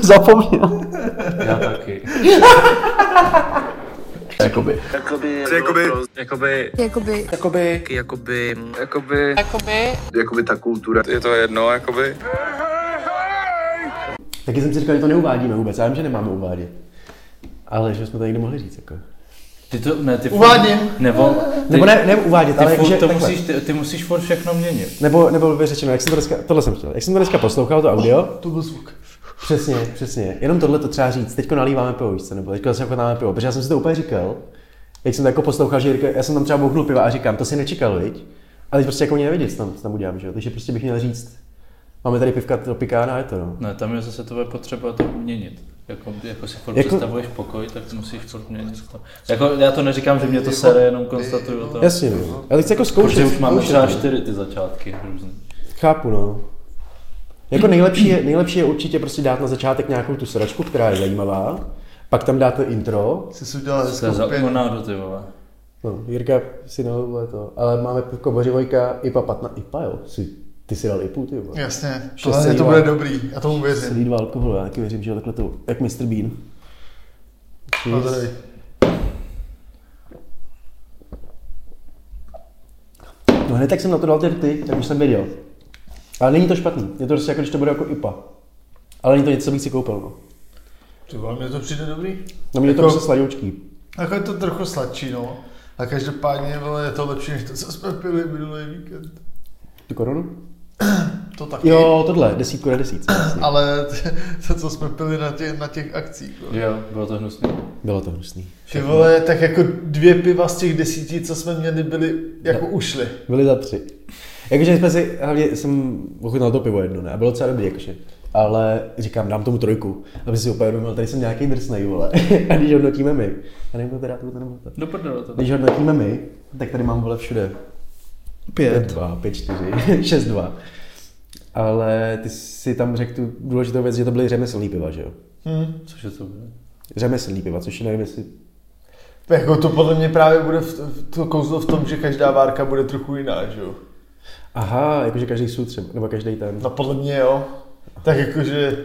zapomněl. Já taky. Jakoby. Jakoby... Jakoby- Jakoby... Jakoby, Jakoby, Jakoby... jakoby, jakoby, jakoby ta kultura, je to jedno, jakoby. Taky jsem si říkal, že to neuvádíme vůbec. Já vím, že nemáme uvádět. Ale že jsme to někdy mohli říct. Jako. Ty to, ne, ty furt- Uvádím. Nebo, ty, Nebo ne, ne uvádět, ty, ale furt, že, to takhle. musíš, ty, ty musíš furt všechno měnit. Nebo, nebo by řečeno, jak jsem to dneska, tohle jsem chtěl, jak jsem to dneska poslouchal, to audio. to byl zvuk. Přesně, přesně. Jenom tohle to třeba říct. Teďko nalíváme pivo, víš co, nebo teďko zase chutnáme pivo, protože já jsem si to úplně říkal, jak jsem to jako poslouchal, že říkal- já jsem tam třeba bouchnul piva a říkám, to si nečekal, viď? Ale teď prostě jako mě nevědět, co tam, co tam udělám, že jo? Takže prostě bych měl říct, máme tady pivka, to pikána, je to, no. Ne, tam je zase tvoje potřeba to měnit. Jako, jako si furt Jako- jako... představuješ pokoj, tak musíš furt měnit to. Jako, já to neříkám, že mě to sere, jenom konstatuju to. Jasně, no. Já teď chci jako zkoušet. Protože už máme zkoušet, třeba no. čtyři ty začátky hrůzný. Chápu, no. Jako nejlepší je, nejlepší je určitě prostě dát na začátek nějakou tu sračku, která je zajímavá, pak tam dát to intro, Jsi si udělal To je hezkou za pěnu. Leonardo, ty vole. No, Jirka si nalil to, ale máme Kobořivojka IPA 15, IPA jo, si, ty si dal IPU, ty jo. Jasně, Šest tohle to sedí, bude ale- dobrý, já tomu Se věřím. lídva alkoholu, já taky věřím, že jo, takhle to, jak Mr. Bean. Na zdraví. No hned tak jsem na to dal ty ty, tak už jsem věděl. Ale není to špatný, je to prostě jako, když to bude jako IPA. Ale není to něco, co bych si koupil, no. Ty vole, mně to přijde dobrý. Na mě je to Jako- prostě sladoučký. Jako je to trochu sladší, no. A každopádně, vole, je to lepší, než to, co jsme pili minulý víkend. Tu korunu? To taky. Jo, tohle, desítku na desítce. vlastně. Ale t- to, co jsme pili na těch, na těch akcích, vole. Jo, bylo to hnusný. Bylo to hnusný. Ty vole, tak jako dvě piva z těch desíti, co jsme měli, byly, jako ušly. Byli za tři. Jakože jsme si, hlavně jsem ochutnal to pivo jedno, ne? A bylo docela dobrý, jakože. Ale říkám, dám tomu trojku, aby si uvědomil, tady jsem nějaký drsnej, vole. A když hodnotíme my, já nevím, to teda to, to nebo to. Do prdele to. Když hodnotíme my, tak tady mám, vole, všude. Pět. Dva, pět, čtyři, šest, dva. Ale ty si tam řekl tu důležitou věc, že to byly řemeslný piva, že jo? Hm. Cože to bude? Řemeslný piva, což nevím, jestli... Jako to podle mě právě bude v, v- to kouzlo v tom, že každá várka bude trochu jiná, že jo. Aha, jakože každý sud třeba, nebo každý ten. No podle mě jo. Tak jakože,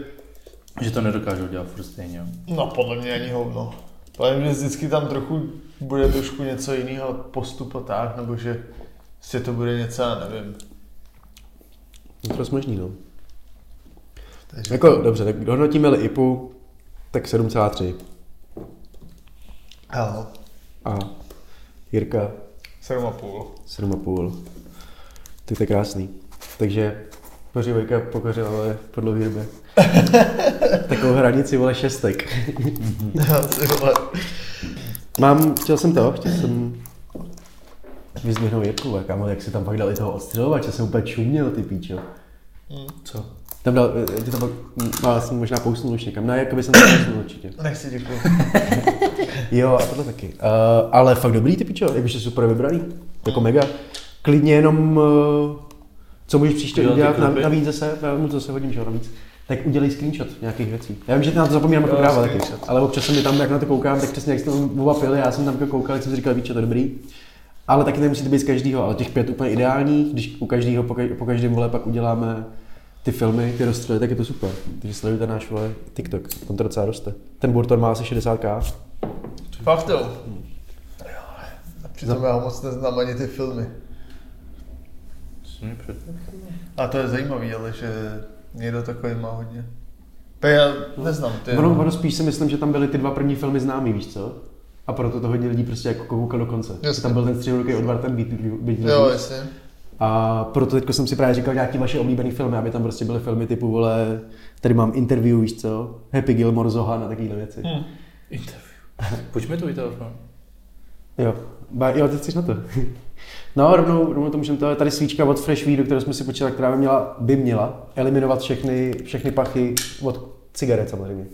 Že to nedokážou dělat furt stejně. jo. no podle mě ani hovno. Podle mě vždycky tam trochu bude trošku něco jiného postup a tak, nebo že prostě to bude něco, já nevím. No to je možný, no. Takže- Jako, dobře, tak hodnotíme-li IPu, tak 7,3. Hell, A Jirka 7,5. 7,5. Ty to je krásný. Takže pořívejka pokořila, ale po dlouhé době. Takovou hranici, vole, šestek. Ty vole. Mám, chtěl jsem to, chtěl jsem vyzvihnout Jirku, ale kámo, jak si tam pak dali toho odstřelovače, jsem úplně čuměl, ty píčo. Hm. Co? Tam dal, eh, ty to pak, no, já jsem možná pousnul už někam, ne, jako by jsem to pousnul určitě. Nechci děkuji. Jo, a tohle taky. Uh, ale fakt dobrý ty pičo, jakože super vybraný, jako mega. Klidně jenom, uh, co můžeš příště Udělat ty udělat na, klipy? navíc zase, já mu to zase hodím, že jo, navíc. Tak udělej screenshot nějakých věcí. Já vím, že ty na to zapomínám jako kráva taky, ale občas jsem mi tam, jak na to koukám, tak přesně jak jste tam oba pili, já jsem tam jako koukal, jak jsem si říkal, víš, je to dobrý. Ale taky nemusí to být z každého, ale těch pět úplně ideálních, když u každého, po, ka- po každém vole pak uděláme ty filmy, ty rozstřely, tak je to super. Takže sledujte náš vole TikTok, tam to docela roste. Ten Burton má asi 60k. Fakt jo. Jo, a Přitom já moc neznám ani ty filmy. Co mě před... A to je zajímavý, ale že někdo takový má hodně. Tak já neznám ty. Ono, ono spíš si myslím, že tam byly ty dva první filmy známý, víš co? A proto to hodně lidí prostě jako koukal do konce. Jasně. Tam byl ten středověký odvar, ten být, být Jo, jasně. A proto teď jsem si právě říkal nějaký vaše oblíbený filmy, aby tam prostě byly filmy typu, vole, tady mám interview, víš co? Happy Gilmore, Zohan a takovýhle věci. Hm. Interview. Pojď mi tu i telefon. Jo, ba, jo, ty chceš na to. No, rovnou, rovnou to můžeme, to je tady svíčka od Fresh Weedu, kterou jsme si počítali, která by měla, by měla eliminovat všechny, všechny pachy od cigaret samozřejmě. Fakt?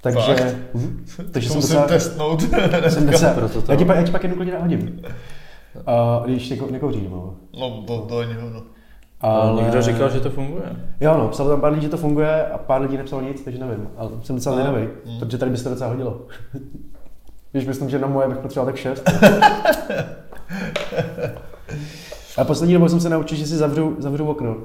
Takže, Mhm. takže To jsem musím docela, testnout. jsem docela, proto to- já, ti, pak- já ti pak jednu klidně nahodím. A když jako- neko, nekouří nebo. no, to, to ani hovno. Ale... Někdo říkal, že to funguje. Jo, no, psalo tam pár lidí, že to funguje a pár lidí nepsalo nic, takže nevím. Ale jsem docela zvědavý, Mm. protože tady by se to docela hodilo. Když myslím, že na moje bych potřeboval tak šest. A poslední dobou jsem se naučil, že si zavřu, zavřu okno.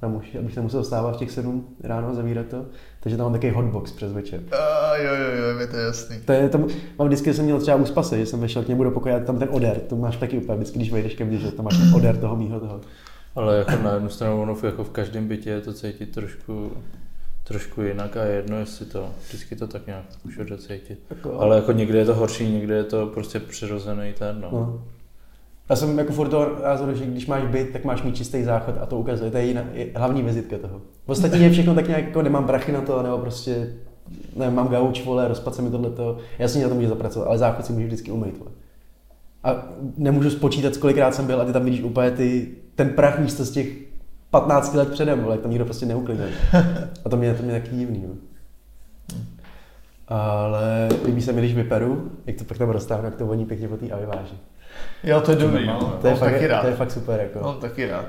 tam už, abych nemusel stávat v těch sedm ráno a zavírat to. Takže tam mám takový hotbox přes večer. A jo, jo, jo, mi to je jasný. To je, tam, mám vždycky, že jsem měl třeba uspasy, že jsem vešel k němu do pokoje a tam ten odér, to máš taky úplně vždycky, když vejdeš ke mně, že tam máš ten odér toho mýho toho. Ale jako na jednu stranu ono v- jako v každém bytě je to cítit trošku, trošku jinak a je jedno jestli to, vždycky to tak nějak všude cítit. Jako- Ale jako někde je to horší, někde je to prostě přirozený ten, no. No. Já jsem jako furt toho názoru, že když máš byt, tak máš mít čistý záchod a to ukazuje, to je, jiná, je hlavní vizitka toho. V ostatní je všechno tak nějak jako nemám prachy na to, nebo prostě nevím, mám gauč, vole, rozpad se mi tohleto, jasně na to můžu zapracovat, ale záchod si můžu vždycky umýt, vole. A nemůžu spočítat, kolikrát jsem byl a ty tam vidíš úplně ty, ten prach místo z těch 15 let předem, vole, jak tam nikdo prostě neuklidil. A to mě, to mě taky divný, no. Ale líbí se mi, když vyperu, jak to pak tam roztáhnu, jak to voní pěkně po té aviváži. Jo, to je dobrý, mám, no. To je, Mám fakt, taky rád. No. to je fakt super. Jako. Mám taky rád.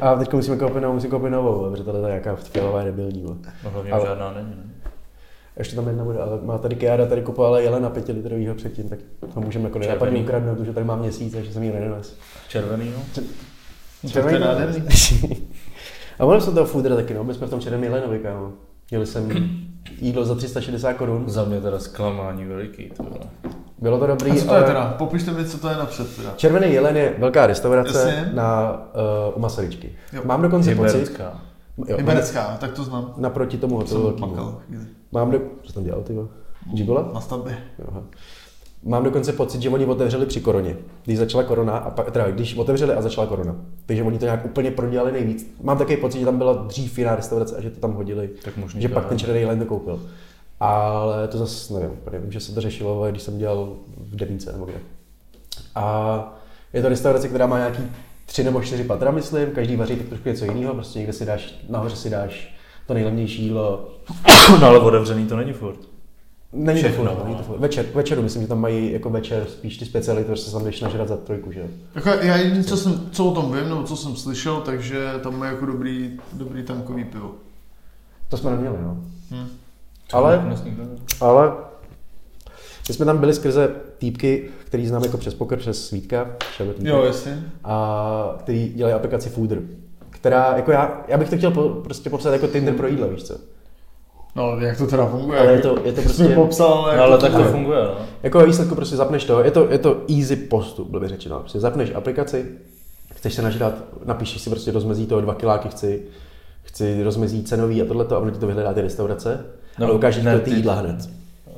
A teď musíme koupit novou, musím koupit novou, vole, protože tohle je jaká fialová je debilní. vole. no hlavně Ale- ale... žádná není, ne? Ještě tam jedna bude, ale má tady Kiara, tady kupovala jelena pětilitrovýho předtím, tak to můžeme jako Červený. nenapadně ukradnout, protože tady mám měsíc, takže jsem ji nenes. Červený, no. To je nádherný. A mohli jsme toho foodra taky, no, byli jsme v tom černém jelenovi, kámo. Měli jsem jídlo za 360 korun, Za mě teda zklamání veliký, to bylo. bylo to A dobrý, co to je teda? Popište mi, co to je napřed teda. Červený jelen je velká restaurace Jasně. na, uh, u Masaryčky. Jo. Mám dokonce pocit, Iberická. jo, Liberecká, tak to znám. naproti tomu hotelu. Jsem velkýmu. makal. chvíli. Mám do... Co tam dělal, ty vole? Gigola? No. Na stavbě. Aha. Mám dokonce pocit, že oni otevřeli při koroně. Když začala korona, a pak, teda když otevřeli a začala korona. Takže oni to nějak úplně prodělali nejvíc. Mám takový pocit, že tam byla dřív jiná restaurace a že to tam hodili. Tak možný že to, pak ne. ten červený len to koupil. Ale to zase nevím, úplně. vím, že se to řešilo, ale když jsem dělal v Deníce nebo kde. A je to restaurace, která má nějaký tři nebo čtyři patra, myslím, každý vaří tak trošku něco jiného, prostě někde si dáš, nahoře si dáš to nejlevnější jídlo, No ale otevřený to není furt. Není Všechno, to furt, no. není to furt. Večer, večeru, myslím, že tam mají jako večer spíš ty speciality, protože se tam jdeš nažrat za trojku, že jo. Jako já jediný, co, jsem, co o tom vím, nebo co jsem slyšel, takže tam je jako dobrý, dobrý tankový pivo. To jsme neměli, no. Hm. Ale, Dnes nikdo neví. ale my jsme tam byli skrze týpky, který znám jako přes poker, přes svítka, šebe týpky, Jo, jasně. a který dělají aplikaci Fooder, která, jako já, já bych to chtěl po, prostě popsat jako Tinder pro jídlo, víš co? No, jak to teda funguje? Ale je jak- to- je to jak jsi prostě- popsal, ale... jako No ale tak to Ale- funguje, no. Jako ve výsledku prostě zapneš to, je to, je to easy postup, blbě řečeno. Prostě zapneš aplikaci, chceš se nažrat, napíšeš si prostě rozmezí toho dva kiláky, chci, chci rozmezí cenový a tohleto a ono ti to vyhledá ty restaurace. No, No, ale ukáže ti ne, to ty ty- jídla hned.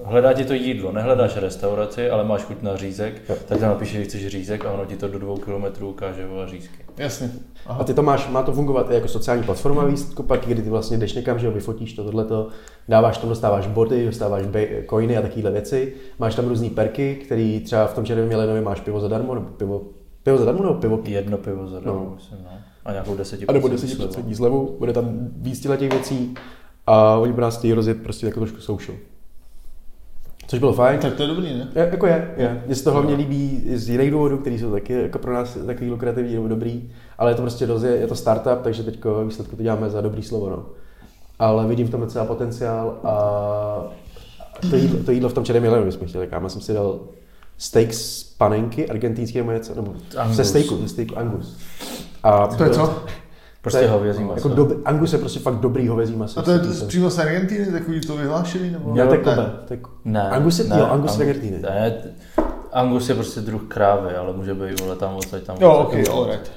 Hledá ti to jídlo, nehledáš restauraci, ale máš chuť na řízek, Jo. tak tam napíšeš, že chceš řízek a ono ti to do dvou kilometrů ukáže vole řízky. Jasně. Aha. A ty to máš, má to fungovat i jako sociální platforma ve výsledku, pak kdy ty vlastně jdeš někam, že jo, vyfotíš to, tohleto, dáváš tam, dostáváš body, dostáváš bej- coiny a takovéhle věci, máš tam různé perky, které třeba v tom červeném jelenovi máš pivo zadarmo, nebo pivo, pivo zadarmo, nebo pivo Jedno pivo za No. no. myslím, no. A nějakou deseti A nebo 10% zlevu, bude tam víc těchto těch věcí a oni by nás chtějí rozjet prostě jako trošku social. Což bylo fajn. Tak to je dobrý, ne? Je, jako je, je. Mně se to hlavně líbí i z jiných důvodů, který jsou taky jako pro nás takový lukrativní nebo dobrý, ale je to prostě rozje, je to startup, takže teď výsledku to děláme za dobrý slovo, no. Ale vidím v tom docela potenciál a to jídlo, to jídlo v tom černém jelenu bychom chtěli, kámo. Já jsem si dal steak z panenky, argentinský nebo něco, nebo Angus. ze steaku, ze steaku Angus. A To je co? Prostě to je- hovězí no, maso. Jako dob, Angus je prostě fakt dobrý hovězí maso. A to je z- přímo z Argentiny, takový to vyhlášený, nebo? Já Ne. tak No, kobe. tak- Ne, Angus je, ne, jo, Angus je Ang- vegetýny. Ne, t- Angus je prostě druh krávy, ale může být vole tam odsaď tam. Jo, odsaď, ok, tam. alright.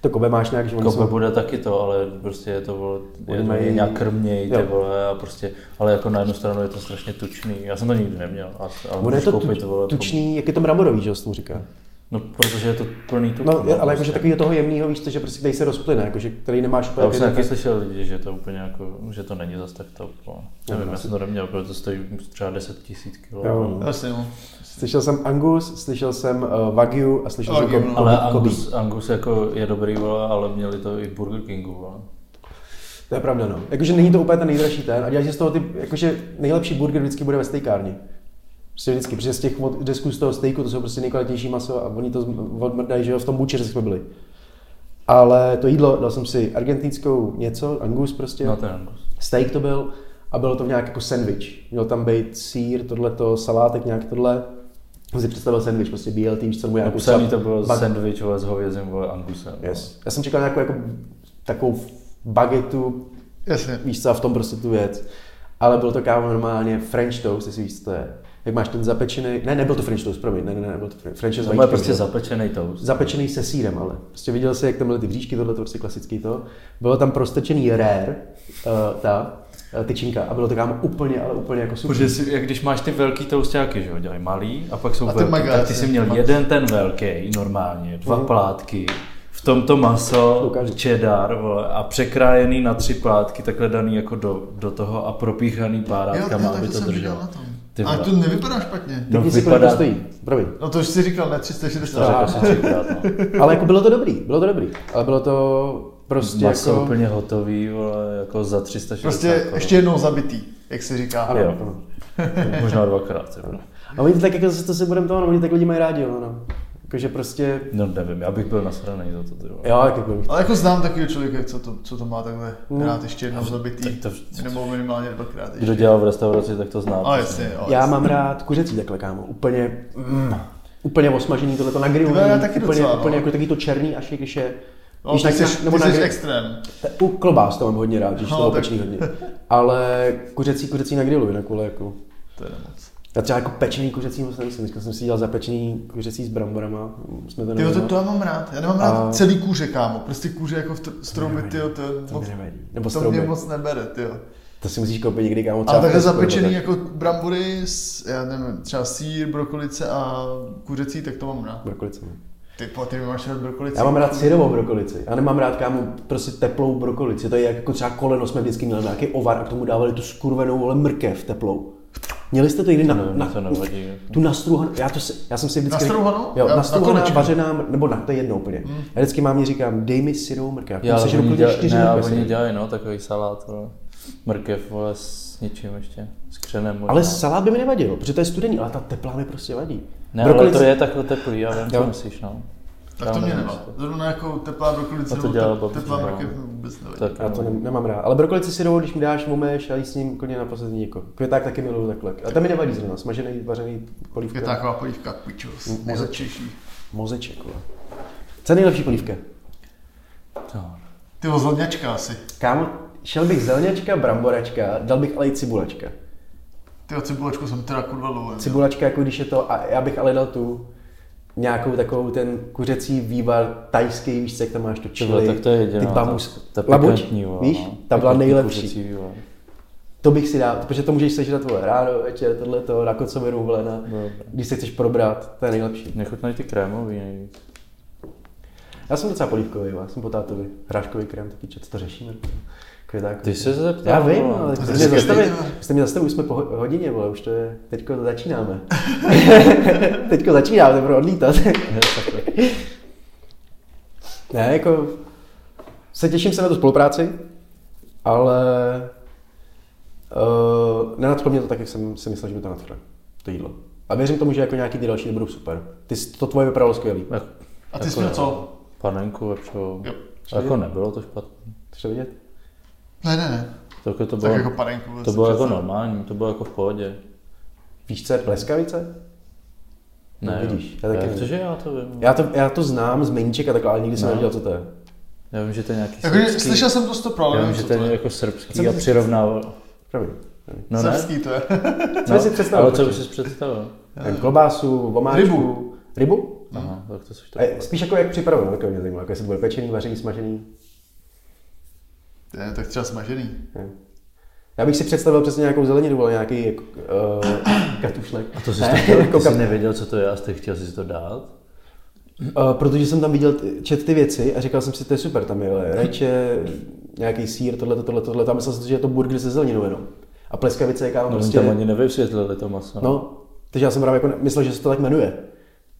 To kobe máš nějak, že oni Kobe jsou... bude taky to, ale prostě je to vole, je to mají- nějak krměj, ty Jo. vole, a prostě, ale jako na jednu stranu je to strašně tučný, já jsem to nikdy neměl, a, ale Ono je můžeš to koupit, tuč, vole, po- tučný, jak je to mramorový, že jo, se tomu říká. no protože je to plný tuku. No, je- ale jakože prostě. takový toho jemného, víš, co, že prostě tady se rozplyne, jakože který nemáš úplně... Já už jsem ty- taky slyšel lidi, že to úplně jako, že to není zas tak top. no. Nevím, já jsem to neměl, protože to stojí třeba 10 tisíc kilo. Jo. Jasně, no. Slyšel jsem Angus, slyšel jsem uh, Wagyu a slyšel jsem Wagyu, Kobe. no. Ale Kobe. Angus, Angus jako je dobrý, vole, ale měli to i Burger Kingu. Vole. To je pravda, no. Jakože není to úplně ten nejdražší ten a děláš si z toho ty, jakože nejlepší burger vždycky bude ve stejkárně. Prostě vždycky, protože z těch od- disků z toho steaku, to jsou prostě nejkvalitnější maso a oni to zm- odmrdají, že jo, v tom bučeře jsme byli. Ale to jídlo, dal jsem si argentinskou něco, angus prostě, No ten Angus. steak to byl a bylo to nějak jako sandwich. Měl tam být sír, tohleto, salátek, nějak tohle. Jsem si představil sandwich, prostě BLT, víš co, nebo nějakou Napsaný třeba to bylo bag- sandwich vole, s hovězím vole, Angusem. vole. Yes. Já jsem čekal nějakou jako, takovou bagetu, Jasně. víš co, a v tom prostě tu věc. Ale byl to kámo normálně French toast, jestli víš, co to je. Jak máš ten zapečený, ne, nebyl to French toast, promiň, ne, ne, ne, nebyl to French, French toast. To je vajíčkem, prostě že? zapečený toast. zapečený se sírem, ale. Prostě viděl jsi, jak tam byly ty bříšky, tohle to prostě klasický to. Bylo tam prostečený rare, uh, ta uh, tyčinka a bylo to kámo úplně, ale úplně jako super. Protože si, jak když máš ty velký toustáky, že jo, dělají malý a pak jsou A ty velký, magáce. tak ty jsi měl jeden ten velký normálně, dva Mhm. plátky, v tom to maso, Ukáž. cheddar vole, a překrájený na tři plátky, takhle daný jako do, do toho a propíchaný Jo, párátkama, jo, aby tak to to jsem viděl drželo. na tom. Ty Ale vole. to nevypadá špatně. No, Teď si vypadá- vypadá... to stojí, promiň. Ah. No to už jsi říkal na 360. To si třikrát, no. Ale jako bylo to dobrý, bylo to dobrý. Ale bylo to prostě Maso jako... úplně hotový, vole, jako za 360 Prostě korun. ještě jednou zabitý, jak se říká. Ano, Jo. ano. Možná dvakrát, jo. A oni to tak jako zase to se budeme toho, no, oni tak lidi mají rádi, jo, no. Jakože prostě... No nevím, já bych byl nasranej za to, ty vole. Jo, jako bych... Ale jako znám takového člověka, co to, co to má takhle rád ještě jednou zabitý, tak to- nebo minimálně dvakrát ještě. Kdo dělal v restauraci, tak to zná. Ale No, jasně, jo. Já mám rád kuřecí takhle, kámo. Úplně, mm, úplně osmažený, tohle to na grilu. Ty vole, já taky úplně, docela, no. úplně jako taky to černý, až je, když je... No, ty na- jsi, nebo ty na jsi grill- extrém. Te- U klobás to mám hodně rád, když No, to tak- opečný hodně. Ale kuřecí, kuřecí na grilu, jinak vole, jako. To je nemoc. Já třeba jako pečený kuřecí moc nejsem, dneska jsem si dělal zapečený kuřecí s bramborama, jsme to Ty to, neměli. to já mám rád. Já nemám rád celý kůře, kámo. Prostě kůře jako v tr- strouby, tyjo, to, je To mi moc, nevadí. Nebo to mě strouby. moc nebere, tyjo. To si musíš koupit někdy, kámo, třeba Ale v takhle Tescu, zapečený nebo tak. jako brambory, s, já nevím, třeba sír, brokolice a kuřecí, tak to mám rád. Brokolice. no. Ty po, ty máš rád brokolici. Já mám rád syrovou brokolici. Já nemám rád, kámo, prostě teplou brokolici. To je jak- jako třeba koleno jsme vždycky měli, nějaký ovar a k tomu dávali tu skurvenou ale mrkev teplou. Měli jste to někdy na, Nevím, na, No, to nevadí. jako. tu nastruhanou, já, to si, já jsem si vždycky... Nastruhanou? Jo, Já- na Hmm. nastruhaná, konečku. vařená, nebo na, to je jedno úplně. Já vždycky mámě říkám, dej mi syrovou mrkev. Já Já, se že oni, dokonce děla, čtyři ne, ale mrkve oni syrový. dělají, no, takový salát, vole. Mrkev, vole, s něčím ještě, s křenem možná. Ale salát by mi nevadil, protože to je studený, ale ta teplá mi prostě vadí. ne, ale to je takhle teplý, já vím, co Jo. myslíš, no. Tak to Já mě nevím, nevadí. co to- Zrovna jako teplá brokolice, A to nebo dělala te- babička, teplá no. mrkev mi vůbec nevadí. Tak, Já to no. ne, nemám rád. Ale brokolici syrovou, když mi dáš, omeš a jí s ním klidně na poslední jako. Květák taky miluju takhle. A tam mi nevadí zrovna. Smažený, vařený, polívka. Je taková polívka, pičos, nejlepšejší. Mozeček, vole. Co je nejlepší polívka? No. Ty ho zlodňačka asi. Kámo, šel bych zelňačka, bramboračka, dal bych ale i cibulačka. Ty cibulačku jsem teda kurva lovil. Cibulačka, jako když je to, a já bych ale dal tu nějakou takovou ten kuřecí vývar tajský, víš, co, jak tam máš to Ty vole, čili, tak to je jediná, ty ta, bamus, ta labuť, pikantní, vole, víš, no. ta byla Pikantní nejlepší. kuřecí, vole. To bych si dal, protože to můžeš sežrat tvoje ráno, večer, tohle to, na kocovinu, vole, na, Dobře. když se chceš probrat, to je nejlepší. Mě chutnají ty krémový nejvíc. Já jsem docela polívkový, jo, já jsem po tátovi, hráškový krém, taky co to řešíme. Květákový. Ty jsi se zeptal. Já vím, vole. ale To jste je mě skvělý, zastavili, jo. jste mě zastavili, už jsme po ho- hodině, vole, už to je, teďko začínáme. teďko začínáme, teprve odlítat. ne, jako, se těším se na tu spolupráci, ale uh, nenadchlo mě to tak, jak jsem si myslel, že by to nadchlo, to jídlo. A věřím tomu, že jako nějaký ty další budou super. Ty, jsi- to tvoje vypadalo skvělý. Jak- A ty jako jsi měl ne. co? Panenku lepšou. Jo. Jako nebylo to špatné. Chceš to vidět? Ne, ne, ne. Tak to Tak bylo, jako panenku. to bylo jako normální, to bylo jako v pohodě. Víš, co je pleskavice? No, vidíš, já taky já taky nevím. Cože já to vím. Já, Já to, já to znám z meníček a takhle, ale nikdy jsem No. nevěděl, co to je. já vím, že to je nějaký Jakože srbský. Jako, slyšel jsem to stopro, ale já vím, nevím, že co to to je je. jako srbský a přirovnával. Promiň. promiň. No ne, Srbský to je. Co jsi si představil? no, ale co počkej? bys si představil? Nevím, klobásu, vomáčku. Rybu. Rybu? Aha, tak to jsi to. E, spíš jako jak připravenou, tak mě zajímalo, jako jestli to bude pečený, vařený, smažený. Ne, tak třeba smažený. Ne. Já bych si představil přesně nějakou zeleninu, ale nějaký jako, uh, katušlek. A to jsi, Ne, to chtěl, jako ty jsi kap- nevěděl, co to je a jste chtěl si to dát? Eh, protože jsem tam viděl, t- čet ty věci a říkal jsem si, to je super, tam je vole, rajče, nějaký sír, tohle, tohle, tohle, tam myslel jsem si, že je to burger se zeleninou jenom. A pleskavice je kámo No, prostě... prostě, tam ani nevysvětlili to maso. no, takže já jsem právě jako ne- myslel, že se to tak jmenuje.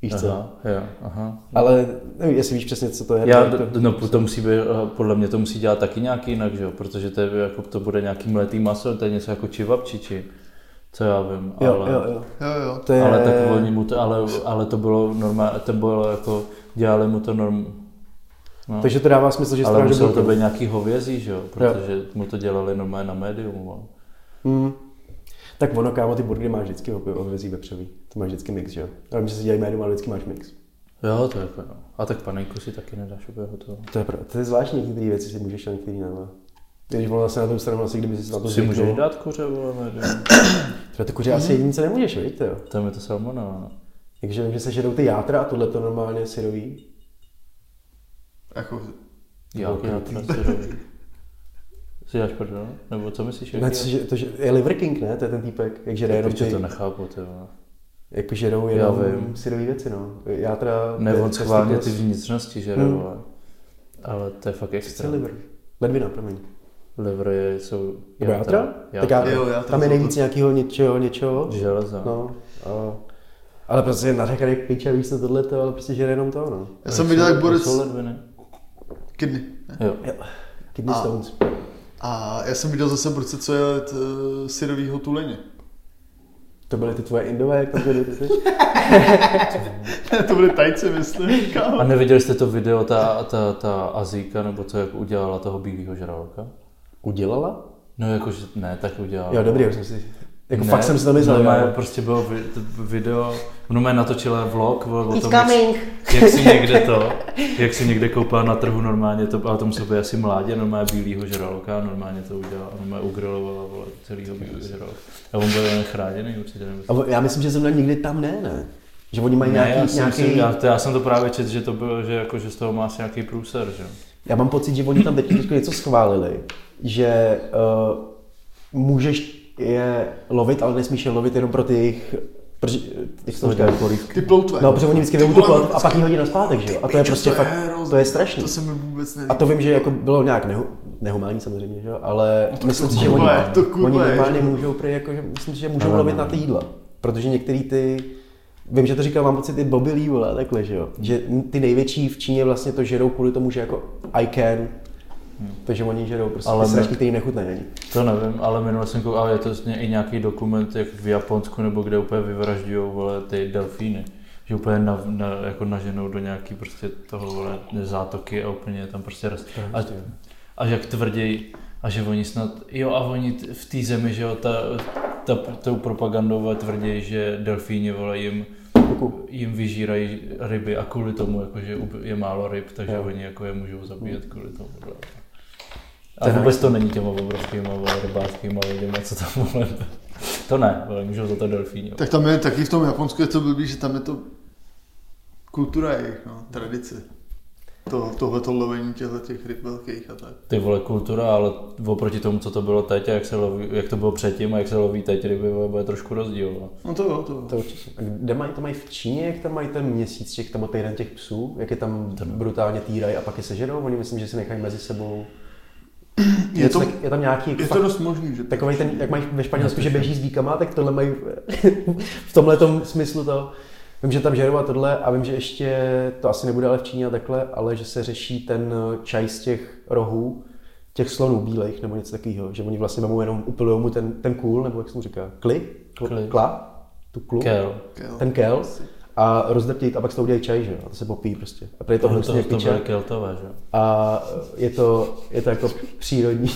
Víš co? aha, jo, aha. Ale nevím, jestli víš přesně, co to je. No. Já, jak to... no, to musí být, eh, podle mě to musí dělat taky nějak jinak, že jo? protože to, je, jako, to bude nějaký mletý maso, to je něco jako čivapčiči, co já vím, Jo, ale, jo, jo. Jo, jo. To je... ale tak oni mu to, ale, ale to bylo normálně, to bylo jako, dělali mu to norm, no, Takže to dává smysl, že ale stráže muselo to bulky. být nějaký hovězí, že jo, protože mu to dělali normálně na médium, vole. Hmm. Tak ono, kámo, ty burgery máš vždycky hovězí vepřový. To máš vždycky mix, že jo? Já vím, že se dělají jméno, ale vždycky máš mix. Jo, to je jako jo. A tak panenku si taky nedáš, aby je hotovo. To je, pro- to je zvláštní, některé věci si můžeš a některé ne. ale- Když ono zase na tu stranu, asi kdyby si na to To si jako- zvyknul. můžeš Hmm. dát kuře, vole, ne? Třeba ty kuře asi jediný, co nemůžeš, viď, jo. Tam je to no. salmona. Takže vím, že se žerou ty játra a tohle to normálně syrový. Jako, Já Velký. na tracerovi. Si dáš prdel? Nebo co myslíš? Ne, jaký co, je? že, to, že, je Liver King, ne? To je ten týpek, jak žere jenom Piče, ty, to nechápu, ty vole. jako žerou vím. jenom syrový věci, no. Já teda... Ne, to je on schválně ty testikles. vnitřnosti, že Hmm. vole. Ale to je fakt Co je extra. liver? Ledvina, promiň. Liver je, jsou Nebo játra? Tak já, Jo, játra tam je jsou nejvíc to- nějakého něčeho, něčeho. Železa. No. No, a, ale prostě nařekaný pič a víš na tohleto, ale prostě žere jenom to, no. já jsem viděl, jak Borec Jsou ledviny. kidney. ne? Jo. Kidney A- stones. A já jsem viděl zase Borce, co je uh, syrovýho tuleně. To byly ty tvoje indové, jak tam byly ty ty. to byly tajci, myslím, kámo. A neviděli jste to video, ta, ta, ta Azíka, nebo co, jak udělala toho bílého žraloka? Udělala? No jakože ne, tak udělala. Jo, dobrý, já jsem si... Jako fakt jsem si to myslel, no, jo. ale prostě bylo vi- t- video, no mé natočila vlog o, o tom, jak, jak, si někde to, jak si někde koupá na trhu normálně, to, ale to muselo být asi mládě, normálně bílýho žraloka, normálně to udělala, normálně ugrilovala, vole, celýho bílýho žraloka. A on byl jen chráněný určitě, nebo A já myslím, že zrovna nikdy tam ne, ne? Že oni mají ne, nějaký, já, si nějaký... myslím, já, to, já, jsem to právě četl, že to bylo, že, jako, že z toho má asi nějaký průser, že? Já mám pocit, že oni tam teď trošku něco schválili, že uh, můžeš je lovit, ale nesmíš je lovit jenom pro ty jejich... Protože, jak se to říká? Ty ploutve. No, protože oni vždycky Ty jdou vole, a pak ji hodí na zpátek, že jo? A to je Pičo, prostě fakt, hrozný. to je strašný. To se mi vůbec nelíbí. A to vím, že jako bylo nějak nehu, nehumální samozřejmě, že jo? Ale myslím si, že oni, kurva je, No to kurva oni je, normálně že? No, můžou, prý, jako, že myslím si, že můžou Ale lovit ne. na ty jídla. Protože některý ty, vím, že to říkal, mám pocit, ty Bobby Lee, vole, takhle, že jo? Že ty největší v Číně vlastně to žerou kvůli tomu, že jako I can, Hmm. takže oni žerou prostě Ale ty ne- sračky, který jim nechutné ani. To nevím, ale minule jsem koukal, ale je to vlastně i nějaký dokument, jak v Japonsku nebo kde úplně vyvražďují vole ty delfíny. Že úplně na, na, jako naženou do nějaký prostě toho vole zátoky a úplně je tam prostě raz. A, a jak tvrději, a že oni snad, jo a oni t- v té zemi, že jo, ta, ta, tou propagandou tvrději, že delfíni vole jim jim vyžírají ryby a kvůli tomu, jako, že ub- je málo ryb, takže Jo. oni jako je můžou zabíjet kvůli tomu. Vole. A vůbec to není těma obrovskýma vole, rybáckýma lidima, co tam vole. To ne, vole, můžou za to delfíni. vole. Tak tam je taky v tom Japonsku je to blbý, že tam je to kultura jejich, no, tradice. To, tohleto lovení těchto těch ryb velkých a tak. Ty vole kultura, ale oproti tomu, co to bylo teď a jak, se loví, jak to bylo předtím a jak se loví teď ryby, vole, bude trošku rozdíl. Vole. No to jo, to jo. To určitě. A kde mají, to mají v Číně, jak tam mají ten měsíc těch, tam týden těch psů, jak je tam brutálně týrají a pak je sežerou, oni myslím, že si nechají mezi sebou. Je to, tak, je tam nějaký jako je fakt- to dost možný, že Takový ten, jak mají ve Španělsku, že běží s bíkama, tak tohle mají v tomhle smyslu to. Vím, že tam žerou a tohle a vím, že ještě, to asi nebude ale v Číně a takhle, ale že se řeší ten čaj z těch rohů, těch slonů bílejch nebo něco takového, že oni vlastně mu jenom upilujou mu ten, ten kůl, nebo jak se mu říká, kli, Kl- Kli. kla, tu klu, Kel. Kel. ten kel a rozdrtějí to a pak z toho udělají čaj, že jo, a to se popíjí prostě. A prý je to To, hrozně to, to piče. byly keltové, že? jo? A je to, je to jako přírodní.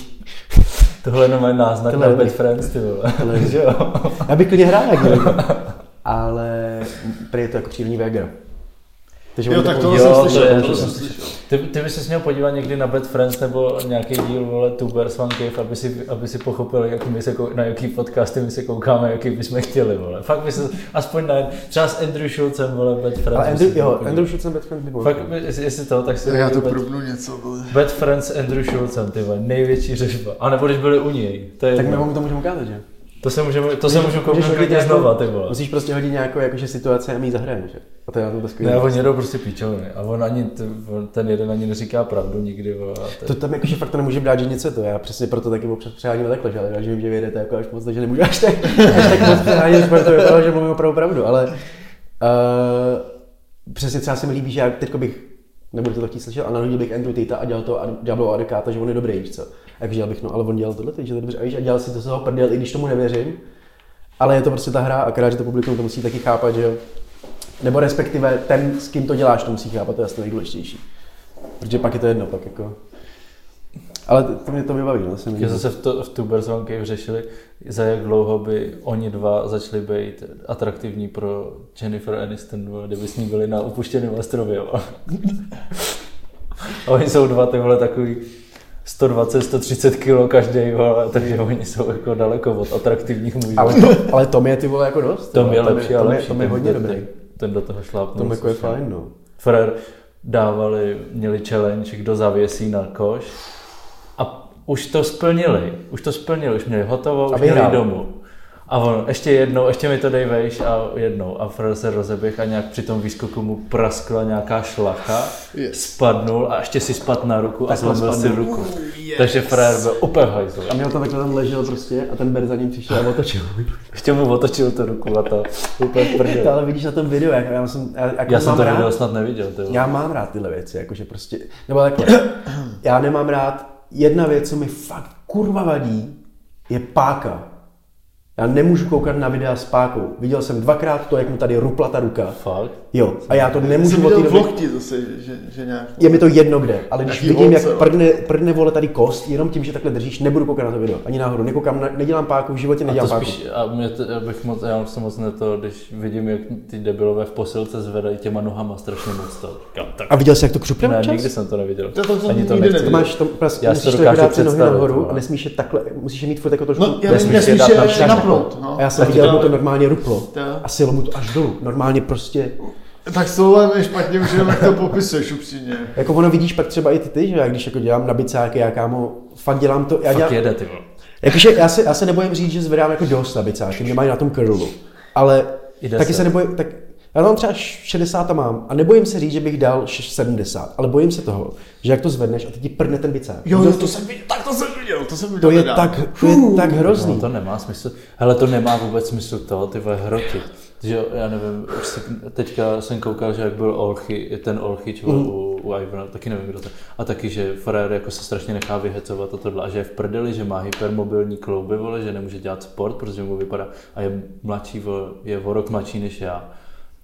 Tohle je normální náznak Tohle na je- Bad Friends, ty vole. Ale že jo. Já bych klidně hrál jak někdo. Ale prý je to jako přírodní vega. Takže Jo, oni tak to tohle udělali- jsem Jo, to slyšel, je- tohle jsem slyšel. Ty, ty bys se měl podívat někdy na Bad Friends nebo nějaký díl, vole, Tubers One Cave, aby si, aby si pochopil, jak my se, kou- na jaký podcasty my se koukáme, jaký bychom chtěli, vole. Fakt by se, aspoň na, třeba s Andrew Schultzem, vole, Bad Friends. Ale by Andrew, si jo, podíval. Andrew Schultz jsem Batman byl. Fakt, by- jest- jestli to, tak si... Já to Bad, probnu něco, vole. Bad Friends s Andrew Schultzem, ty vole, největší řešba. A nebo když byli u něj, to je Tak my jedno. vám to můžeme ukázat, že? To se můžeme, to se můžu Můžeš kouknout hodit klidně nějakou- znova, ty vole. Musíš prostě hodit nějakou jakože situaci a my ji zahrajeme, že? A to je na tom to Ne, skvělé. oni jdou prostě píčoviny. A on ani, t- on, ten jeden ani neříká pravdu nikdy, vole. a ten- To tam jakože fakt to nemůže brát, že nic je to. Já přesně proto taky občas přehádím takhle, že, ale já, že vím, že vyjedete jako až moc, takže nemůžu až tak, až tak moc přehádit, protože to vypadalo, že mluvím opravdu pravdu, ale uh, přesně třeba se mi líbí, že já teď bych, nebudete to chtít slyšet, ale nahodil bych Andrew Tata a dělal to Ad- Diablo Adekáta, že on je dobrý, víš co. A jako dělal bych, no ale on dělal tohle, takže to je dobře, a víš, a dělal si to z toho prdel, i když tomu nevěřím. Ale je to prostě ta hra, akorát, že to publikum to musí taky chápat, že jo. Nebo respektive ten, s kým to děláš, to musí chápat, to je asi nejdůležitější. Protože pak je to jedno, pak jako... Ale to, to mě to mě baví, no, se mi Když zase v, to, v Tuber s Vanky řešili, za jak dlouho by oni dva začali být atraktivní pro Jennifer Aniston, vole, kdyby s ní byli na opuštěném ostrově. vole. A oni jsou dva ty vole takový 120-130 kg každý, vole, takže oni jsou jako daleko od atraktivních mužů. ale, to, ale Tom je ty vole jako dost. Tom je vole, lepší a Tom je, lepší. Tom je ten- hodně ten- dobrý. Ten do toho šlápnul. Tom jako je slušně. fajn, no. Frer dávali, měli challenge, kdo zavěsí na koš. A už to splnili, už to splnili, už měli hotovo, už měli vyhrál. domů. A on, ještě jednou, ještě mi to dej vejš a jednou. A Frer se rozeběh a nějak při tom výskoku mu praskla nějaká šlacha, Yes. spadnul a ještě si spadl na ruku a zlomil si spadnul. ruku. Takže Frer byl úplně hajzl. A měl tam takhle tam ležel prostě a ten ber za ním přišel a otočil. Ještě mu otočil tu ruku a to úplně To prdel. ale vidíš na tom videu, jak já jsem, já, jako Já jsem mám to rád, video snad neviděl. Ty. vole. Já mám rád tyhle věci, jakože prostě, nebo takhle, já nemám rád, jedna věc, co mi fakt kurva vadí, je páka. Já nemůžu koukat na videa s pákou. Viděl jsem dvakrát to, jak mu tady rupla ta ruka. Fakt? Jo, a já to Jsem nemůžu od té viděl v doby, lochti zase, že, že, že nějak... je mi to jedno kde, ale když Jaký vidím, jak holce, jo. prdne, prdne vole tady kost, jenom tím, že takhle držíš, nebudu koukat na to video. Ani náhodou, nekoukám, na, nedělám páku, v životě A to nedělám páku. spíš, a mě to, já bych moc, já jsem moc ne to, když vidím, jak ty debilové v posilce zvedají těma nohama strašně moc to. Říkám, tak. A viděl jsi, jak to křupne Ne, občas? nikdy jsem to neviděl. To- to- to Ani to nikdy nechci. To máš, to, pras, Já si to musíš to dokážu dát ty nohy představit, nahoru vole. a nesmíš je takhle, musíš je mít furt jako trošku, No, já Nesmíš nesmíš, je nesmíš dát je, na je, všechno. napnout, no. A já jsem Taky viděl, to- mu to normálně ruplo To- a silo mu to až dolů. Normálně prostě, Tak s tohle je špatně, už jenom jak to popisuješ upřímně. jako ono vidíš pak třeba i ty, ty že já když jako dělám nabicáky, já kámo, fakt dělám to, já Fakt dělám, jede, ty vole. jakože já se, já se nebojím říct, že zvedám jako dost nabicáky, mě mají na tom curlu, ale Jde taky se. se nebojím, tak já tam třeba 60 mám a nebojím se říct, že bych dal 70, ale bojím se toho, že jak to zvedneš a teď ti prdne ten bicák. Jo, jo, No to jsem viděl, tak to jsem viděl, to jsem viděl. no to je nedávno. tak, to je tak No, hrozný. to nemá smysl. Hele, to nemá vůbec smysl to, ty vole hrotit. Že, jo, já nevím, už si, teďka jsem koukal, že jak byl Olchy, ten Olchyč mm. u, u Ivana, taky nevím, kdo to. A taky, že Frér jako se strašně nechá vyhecovat a tohle. A že je v prdeli, že má hypermobilní klouby, vole, že nemůže dělat sport, protože mu vypadá. A je mladší, vole, je o rok mladší než já.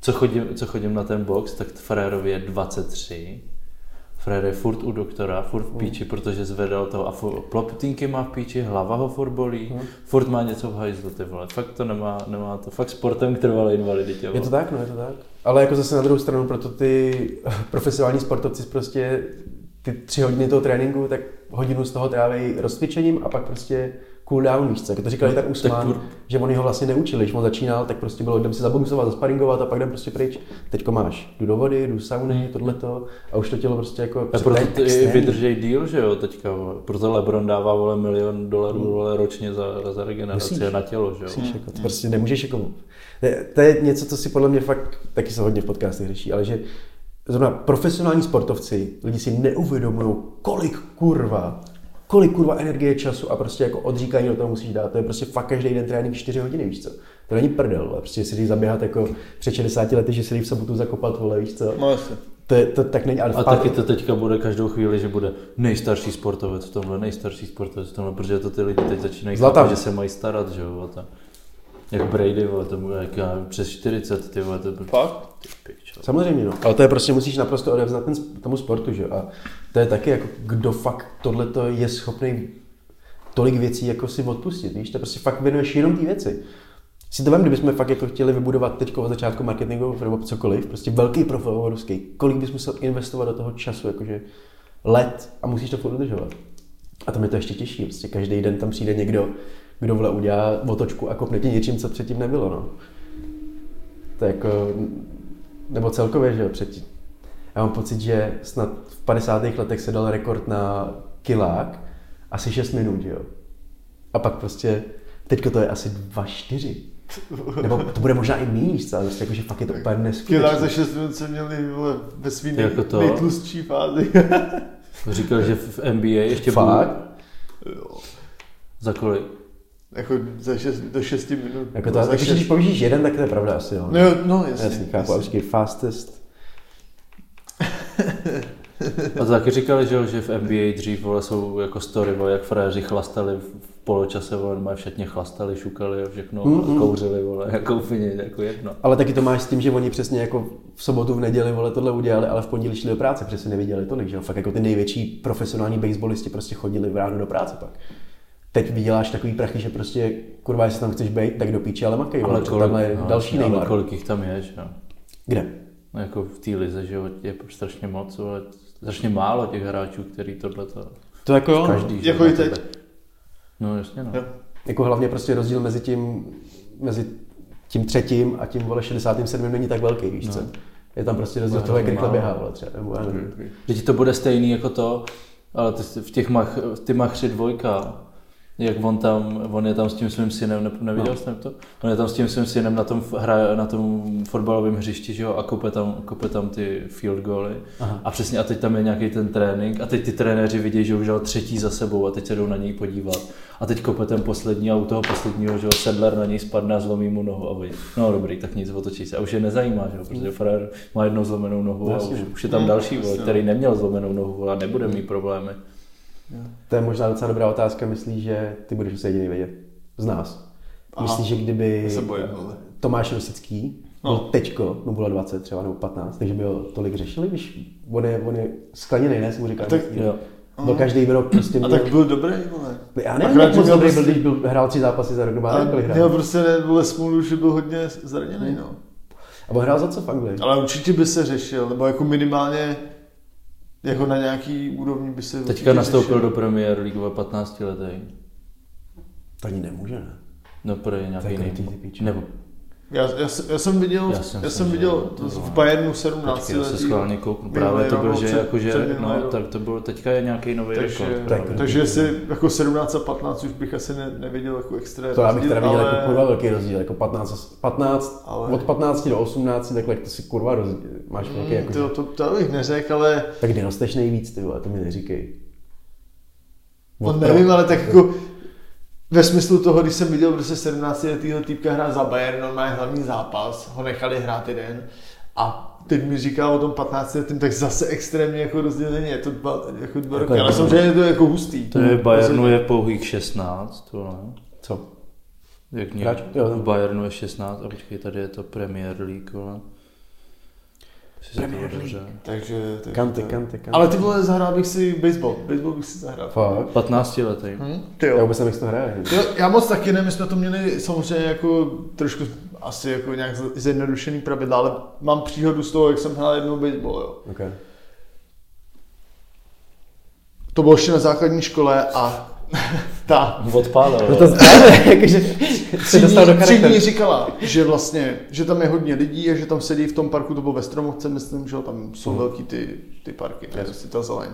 Co chodím, co chodím na ten box, tak Frérovi je 23. Fred je furt u doktora, furt Mm. v píči, protože zvedal to a furt, ploptinky má v píči, hlava ho furt bolí, Mm. furt má něco v hajzlu, ty vole. Fakt to nemá, nemá to, fakt sportem k trvalé invaliditě, Je vole. to tak, no je to tak. Ale jako zase na druhou stranu, proto ty profesionální sportovci prostě ty tři hodiny toho tréninku, tak hodinu z toho tráví rozcvičením a pak prostě cooldown víš co. Jak to říkal i tak kur- Usman, že oni ho vlastně neučili, když on začínal, tak prostě bylo, jdem si zaboxovat, zasparingovat a pak jdem prostě pryč. Teďko máš, jdu do vody, jdu sauny, tohleto a už to tělo prostě jako... A proto ty i extrémní. vydržej díl, že jo, teďka, vole. Proto Lebron dává, vole, milion Mm. dolarů, vole, ročně za, za regeneraci Musíš. na tělo, že jo. Musíš jako, to prostě nemůžeš jako... Ne, To je něco, co si podle mě fakt taky se hodně v podcastech řeší, ale že zrovna profesionální sportovci, lidi si neuvědomují, kolik kurva, kolik kurva energie, času a prostě jako odříkají do toho musíš dát. To je prostě fakt každý den trénink 4 hodiny, víš co? To není prdel, ale prostě si jde zaběhat jako před 60 lety, že si jde v sobotu zakopat, vole, víš co? No jasně. To, je, to tak není, ale A v pát- taky to teďka bude každou chvíli, že bude nejstarší sportovec v tomhle, nejstarší sportovec v tomhle, protože to ty lidi teď začínají Zlatan. chápat, že se mají starat, že jo, o to. Jak Brady, vole, to bude jak já, nevím, přes 40, ty vole, to bude... Fakt? Ty pičo. Samozřejmě, no. Ale to je prostě, musíš naprosto odevzdat ten, sp- tomu sportu, že jo. A to je taky, jako, kdo fakt tohleto je schopný tolik věcí jako si odpustit, víš, to prostě fakt věnuješ jenom ty věci. Si to vem, kdybychom fakt jako chtěli vybudovat teď od začátku marketingu nebo cokoliv, prostě velký profil obrovský, kolik bys musel investovat do toho času, jakože let a musíš to furt udržovat. A tam je to ještě těžší, prostě každý den tam přijde někdo, kdo vle udělá otočku a kopne ti něčím, co předtím nebylo, no. To je jako, nebo celkově, že jo, předtím. Já mám pocit, že snad v 50. letech se dal rekord na kilák, asi 6 minut, že jo. A pak prostě, teďko to je asi 2,4. Nebo to bude možná i méně, víš co, ale prostě jakože fakt je to úplně Kilák za neskutečné. 6 minut jsem měli vole, ve svý nej, Jako to? nejtlustší fázi. Říkal, že v NBA ještě Fakt? Byl, za kolik? jako za 6, do 6 minut. Jako to, za jako, šest- když použíš jeden, tak to je pravda asi, jo. No, jo, no jasně. Jasně, chápu, a jasně. počkej, fastest. A to taky říkali, že, jo, že v NBA dřív vole, jsou jako story, vole, jak frajeři chlastali v v poločase, vole, mají všetně chlastali, šukali a všechno, mm-hmm. kouřili, vole, jako úplně, jako jedno. Ale taky to máš s tím, že oni přesně jako v sobotu, v neděli vole tohle udělali, ale v pondělí šli do práce, přesně neviděli tolik, že jo? Fakt jako ty největší profesionální baseballisti prostě chodili v ráno do práce pak. Teď vyděláš takový prachy, že prostě, kurva, jestli tam chceš být, tak do píče, ale makej, ale kolik, tamhle je no, další ale Neymar. kolik jich tam je, že jo. Kde? No, jako v té lize, že jo, je strašně moc, ale strašně málo těch hráčů, který tohle to... To jako jo, Každý, že Jako jo, i teď. No jasně, no. Jo. Jako hlavně prostě rozdíl mezi tím, mezi tím třetím a tím vole 67. není tak velký, víš co? Je tam prostě rozdíl No, toho, jak rychle málo. běhá, vole, třeba, nebo já nevím. Že ti to bude stejný jako to, ale ty, v těch mach, v ty machři dvojka, jak on tam, on je tam s tím svým synem, ne, neviděl no. jsem to? On je tam s tím svým synem na tom, f- hra, na tom fotbalovém hřišti, že jo, a kope tam, kope tam ty field goly. Aha. A přesně, a teď tam je nějaký ten trénink, a teď ty trenéři vidí, že už dal třetí za sebou, a teď se jdou na něj podívat. A teď kope ten poslední a u toho posledního, že jo, sedler na něj spadne a zlomí mu nohu a oni, no dobrý, tak nic, otočí se. A už je nezajímá, že jo, protože frajer má jednou zlomenou nohu a už, už je tam další, vole, no. který neměl zlomenou nohu vole, a nebude Mm. mít problémy. To je možná docela dobrá otázka, myslíš, že ty budeš asi jediný vědět z nás. Myslíš, že kdyby se bojím, ale. No. Tomáš Rosický byl teďko, mu bylo 20 třeba nebo 15, takže by ho tolik řešili, víš, on je, on je skleněný, ne, jsem mu říkal. tak- vždycky. Jo. byl každý rok prostě A měl, tak byl dobrý, vole. já nevím, Akorát, jak že moc měl dobrý byl, prostě- když byl, hrál tři zápasy za rok, nebo já Ale nevím, kolik měl hrál. prostě ne, vole, smůlu, že byl hodně zraněný, no. A on hrál za co v Anglii? Ale určitě by se řešil, nebo jako minimálně jako na nějaký úrovni by se Teďka určitě nastoupil řešil. do Premier League ve 15 letech. To ani nemůže, ne? No pro nějaký Tak jiný. krutý ty piče. Nebo Já, já, jsem- já, jsem viděl, Já já jsem jsem, já si jsem že- viděl to to bylo- v Bayernu 17 počkej, já se letý. schválně kouknu. Minulý Právě to rok, byl, že před- před jakože, minulý no, rok. tak to bylo, teďka je nějaký nový takže, rekord. tak- právě. takže jestli jako 17 a 15 už bych asi ne, neviděl jako extra To já bych teda viděl ale- jako kurva velký rozdíl, jako 15, 15 Ale- od 15 do 18, takhle to si kurva rozdíl, máš velký jako, Hmm, to, to, to, bych neřekl, ale tak kde rosteš nejvíc, ty vole, to mi neříkej. on No, nevím, ale tak jako ve smyslu toho, když jsem viděl prostě 17 letýho týpka hrát za Bayern, normálně hlavní zápas, ho nechali hrát jeden a teď mi říká o tom 15 letým, tak zase extrémně jako rozdělení, je to dva, jako dva roky, ale samozřejmě je to jako hustý. To Hmm. je v Bayernu je pouhých 16, to ne? Co? Jak Hráč? nějak, Jo, jo, no. v Bayernu je 16 a počkej, tady je to Premier League, vole. Jestli se to Premier dobře. Takže, takže Kante, to- kante, kante. No. Ale ty vole, zahrál bych si baseball, baseball bych si zahrál. Fakt? 15 letý. Hm? Ty Já jo. vůbec nevím, jak se to hraje. nevím. Jo, já moc taky ne, my jsme to měli samozřejmě jako trošku asi jako nějak zjednodušený pravidla, ale mám příhodu z toho, jak jsem hrál jednou baseball, jo. Okay. To bylo ještě na základní škole a ta Odpálil. No to zprávě, jakože se třídní, dostal do třídní charakteru. říkala, že vlastně, že tam je hodně lidí a že tam sedí v tom parku, to bylo ve Stromovce, myslím, že jo, tam Hmm. jsou velký ty, ty parky, ne, prostě ta zeleň.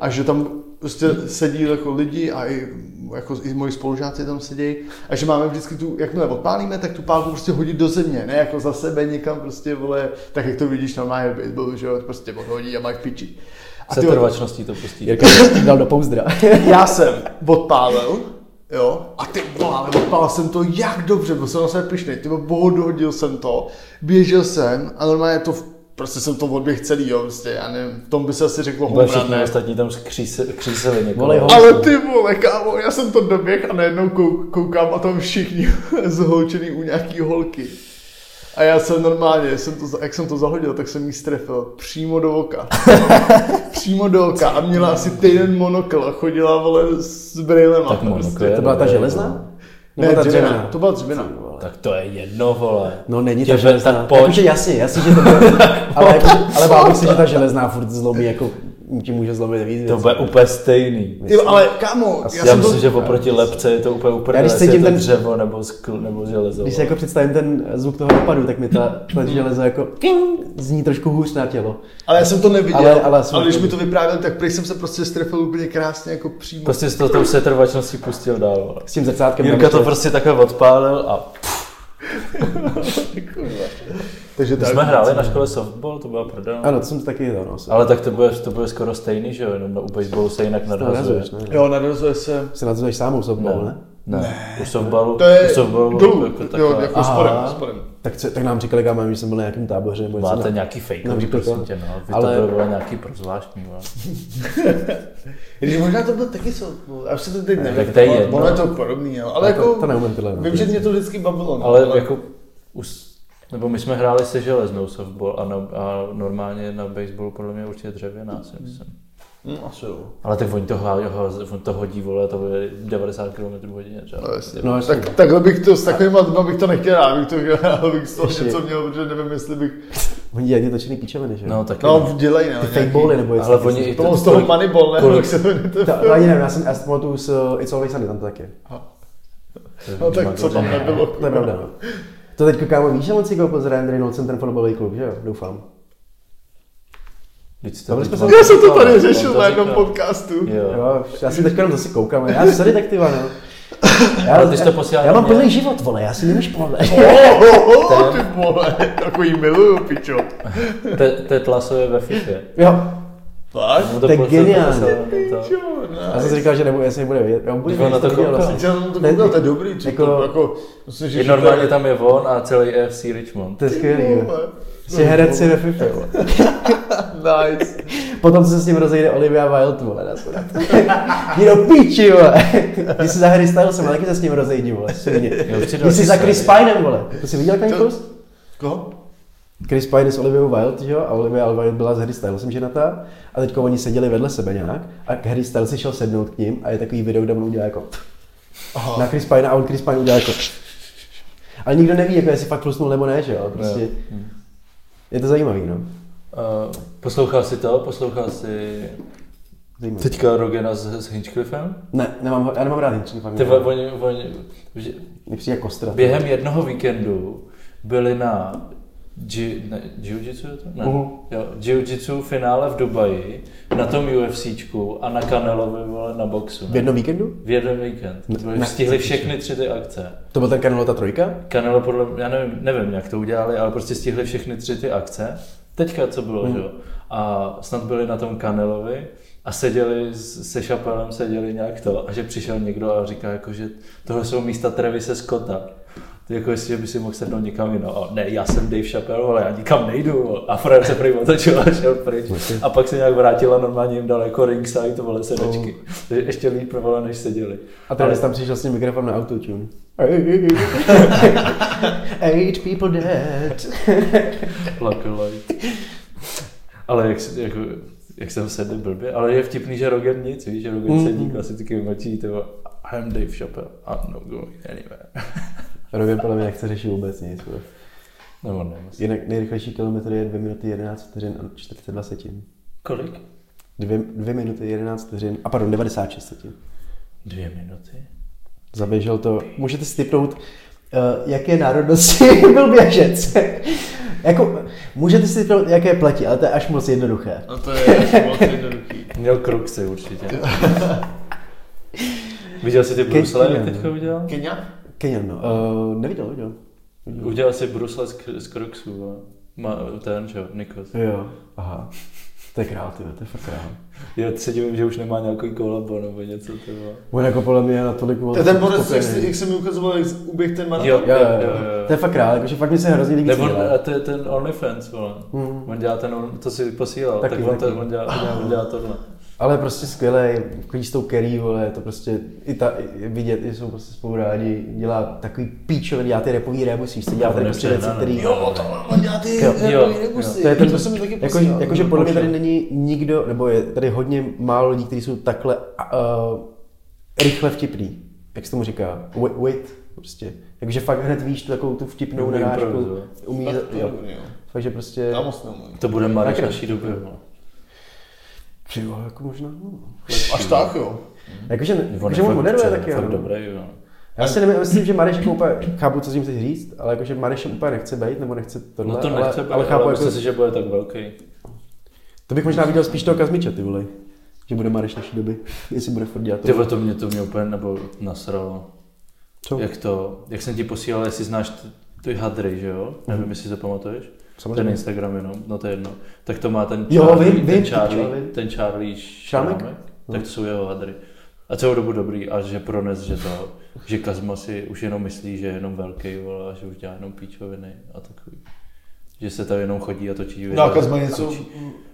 A že tam prostě sedí jako lidi a i, jako i moji spolužáci tam sedí a že máme vždycky tu, jakmile odpálíme, tak tu pálku prostě hodit do země, ne jako za sebe někam prostě, vole, tak jak to vidíš normálně v baseballu, že jo, prostě odhodí a máš piči. A Se ty- trvačností to pustí. Jirka prostě dal do pouzdra. já jsem odpálil, jo, a ty vole, odpálil jsem to jak dobře, byl jsem na sebe pišnej, ty vole, bohu, dohodil jsem to, běžel jsem a normálně to, v- prostě jsem to odběh celý, jo, prostě, já nevím, v tom by se asi řeklo Vole, home run, všichni ne? ostatní tam skříse- křísili někoho. Volej ho. Ale ty vole, kámo, já jsem to doběh a najednou kou- koukám a tam všichni zhoučený u nějaký holky. A já jsem normálně, jsem to, za- jak jsem to zahodil, tak jsem jí strefil přímo do oka. přímo do oka a měla asi týden monokl a chodila vole s brýlema. Tak monokl je To byla ta dobrý, železná? no. Ne, Nebo ta dřevěná. dřevěná? To byla dřevěná. Tak to je jedno, vole. No není ta Těbe- železná. tak pojď. Jakože jasně, jasně, že to bylo. ale, jako, ale bál bych si, že ta železná furt zlomí, jako ti může zlomit víc To věcí. bude úplně stejný. Ty, ale kámo, Já, já myslím, že oproti lepce je to úplně úplně, Já když jestli je cítím to ten- dřevo nebo skl, nebo železo. Když si jako představím ten zvuk toho dopadu, tak mi ta, ta železo jako ting, zní trošku hůř na tělo. Ale já jsem to neviděl. Ale- Ale, ale ale, jsem ale když to- mi to vyprávěl, tak prý jsem se prostě strefil úplně krásně jako přímo. Prostě s to tou setrvačností pustil dál. vole. S tím zrcátkem. Jirka tam to ještě- prostě takhle odpálil a Takže my tak. jsme hráli na škole softball, to byla prdel. Ano, to jsem taky to, no. Ale tak to bude, to bude skoro stejný, že jo, jenom u baseballu se jinak to nadhazuje. narazuješ, ne? Jo, narazuje se. Se nazveš sám osobou, Ne. ne? Ne. Už se v balu, To je už se v balu dolů, jako jako takhle. jo, jako Aha. spodem, spodem. Tak, co, tak nám říkali kámo, že jsem byl na nějakém táboře. Nebo něco Máte na- nějaký fake, No, říkal prosím to. tě, no. Vy Ale- to bylo, bylo nějaký prozvláštní, vole. Když možná to bylo taky jsou, až se to teď nevím. jako tak to je jedno. Ono je to podobný, jo. ale To- jako, to neumím tyhle, no. vím, že mě to vždycky bavilo. no, Ale jako, us, nebo my jsme hráli se železnou softball a, na, a normálně na baseballu podle mě určitě dřevěná, Mhm. si myslím. Hm, asi jo. Ale tak oni to, há, ho- on to hodí, vole, to bude 90 km hodině třeba. No, jasně. No, jasně. tak, takhle bych to, s takovýma dma bych to nechtěl, abych to dělal, abych z toho něco měl, protože nevím, jestli bych, Oni dělají ty točený píčoviny, že? No, taky. no dělej, no, ty fake bowly nebo něco. ale oni i To mám z toho kolik- Moneyball, ne? kolik- Jak se to jmenuje? To, to ani nevím, já jsem, já si pamatuju s uh, It's Always Sunny, tam to taky. No tak co tam nebylo? To je pravda, no. To teď kámo víš, že moc si koupil s Ryan Reynoldsem ten fotbalový klub, že jo? Doufám. Vždyť jste- Bavili jsme se- on Já jsem to říkal, tady on řešil na jednom říkal. podcastu. Jo. Jo, já si teďka jenom zase koukám, ale já jsem sorry, tak ty vole, no. Ale ty jsi to posílal Já mám na mě. plný život, vole, já si nemůžu podle. Oh, oh, oh, ty vole, takový miluju, pičo. Te- Ted Lasso je ve FIFA. Jo, Fakt? Mu To je poslal- geniální. poslal mi No, to. Pičo, ne. já jsem si říkal, že nebudu, jestli nebude vědět. Já budu Když on Jako na to viděl, koukal. vlastně. Já jsem to Ne, koukal, to je dobrý, či jako- to jako, myslím, že... Je že to normálně tam je on a celý FC Richmond. To je skvělý, Ty jo. vole. Jsi herec si ve FIFA, vole. Nice. Potom co se s ním rozejde Olivia Wilde, vole, nakonec. Jdi do píči, vole. Když jsi za Harry Stylesem, ale taky se s ním rozejdi, vole, stejně. určitě Když jsi další za Chris série. Pinem, vole. To jsi viděl ten To- kurz? Koho? Chris Pine s Olivia Wilde, že jo, a Olivia Wilde byla s Harry Stylesem ženatá a teď oni seděli vedle sebe nějak a Harry Styles si šel sednout k ním a je takový video, kde on udělá jako Aha. na Chris Pine a on Chris Pine udělá jako ale nikdo neví, jako jestli fakt plusnul nebo ne, že jo, prostě je to zajímavý, no. Uh, poslouchal jsi to? Poslouchal jsi Zajímavý. teďka Rogena s, s Hinchcliffem? Ne, nemám, ho- já nemám rád Hitchcock, Ty, fakt vole, oni, oni, že Mně přijde jako kostra. během jednoho víkendu byli na Ji, ne, jiu-jitsu je to? Ne. Mhm. Jo, jiu-jitsu finále v Dubaji, na tom UFCčku a na Canelovi vole na boxu. V Ne? jednom víkendu? V jeden víkend. Ne, Oni ne. Stihli všechny tři ty akce. To byl ten kanál ta trojka? Canelo podle mě, já nevím, nevím, jak to udělali, ale prostě stihli všechny tři ty akce. Teďka, co bylo, že jo? A snad byli na tom Canelovi a seděli s- se Šapelem, seděli nějak to. A že přišel někdo a říká, jako, že tohle jsou místa Trevise Scotta. Ty jako jestli by si mohl sednout někam jinam. A ne, já jsem Dave Chappelle, ale já nikam nejdu. A Fred se prý otočil a šel pryč. A pak se nějak vrátil a normálně jim dal jako ringside, vole, sedačky. Takže ještě líp, vole, než seděli. A tady tam přišel s tím mikrofonem na autotune. Eight people dead. Lakolite. Ale jak, se- jako, jak jsem sedl blbě, ale je vtipný, že Rogan nic, víš, že Rogan sedí klasicky močí, tyvo, I'm Dave Chappelle, I'm not going anywhere. Robin podle mě nechce řešit vůbec nic. vole. Nebo ne, myslím. Jinak nejrychlejší kilometr je 2 minuty 11 vteřin a 42 setin. Kolik? 2, 2 minuty 11 vteřin a pardon, 96 setin. Dvě minuty. Zaběžel to. Můžete si typnout, eh, jaké národnosti byl běžec. jako, můžete si typnout, jaké platí, ale to je až moc jednoduché. No to je moc jednoduchý. Měl kruxy určitě. Viděl jsi ty brusle, jak teďka udělal? Kenya? Kenyan, no. Uh, neviděl, viděl. Udělal si brusle z, kr- z kruxů, vole. Ma, ten, že jo, Nikos. Jo, aha. To je král, ty, to je fakt král. Já se divím, že už nemá nějaký kolabo nebo něco, ty vole. On jako podle mě je natolik... To je ten borec, jak, jsi- jak jsem mi ukazoval, jak uběh ten Jo, maraton. Jo, jo, jo, jo, jo. To je fakt král, jakože fakt mi se hrozně líbí. Nebo co dělá. a to je ten OnlyFans, vole. Mm. On dělá ten, on, to si posílal, Hmm. Taky, tak on, taky. to, on, dělá, on, dělá, on dělá tohle. Ale je prostě skvělý, klíč s tou Kerry, vole, je to prostě i ta, i vidět, že jsou prostě spolu rádi, dělá takový píčoviny, dělá ty repový rebusy, se Jako dělá tady prostě věci, Nepřehnaný. který... no. Jo, to on dělá ty Jo, jo, jo, jo. rebusy. To je ten, to jsem mi taky jako, posílal. jakože podle mě tady Počkej. není nikdo, nebo je tady hodně málo lidí, kteří jsou takhle uh, rychle vtipný. Jak se tomu říká? Wit, wit prostě. Takže fakt hned víš tu takovou tu vtipnou Umí narážku. improvizovat. Umí, Tak za- to jo. dobrý, jo. Takže prostě... Já moc neumím. To bude Marek Taky. naší doby, vole. Ty vole, jako možná. no. Až tak jo. Jakože, On jakože on moderuje taky. Mhm. fakt jo. dobrý, jo. Já si nemyslím, že Mareš jako úplně, chápu, co s tím chceš říct, ale jakože Mareš úplně nechce být, nebo nechce tohle, No to ale, nechce, ale, chápu, jako, myslím si, že bude tak velký. to bych možná viděl spíš toho Kazmiče, ty vole, že bude Mareš naší doby, jestli bude furt dělat Ty to. vole, to mě to mě úplně nebo nasralo. Co? Jak to, jak jsem ti posílal, jestli znáš t- ty hadry, že jo? Mhm. Nevím, jestli to pamatuješ. Samozřejmě. Ten Instagram jenom, no to je jedno. Tak to má ten Jo, Charlie, vím, ten vím, ty Charlie, vím. ten Charlie Šrámek? Šrámek, tak to jsou jeho hadry. A celou dobu dobrý, a že prones, že to, že Kazma si už jenom myslí, že je jenom velký, vole, a že už dělá jenom píčoviny a takový. Že se tam jenom chodí a točí. No a videa. Kazma něco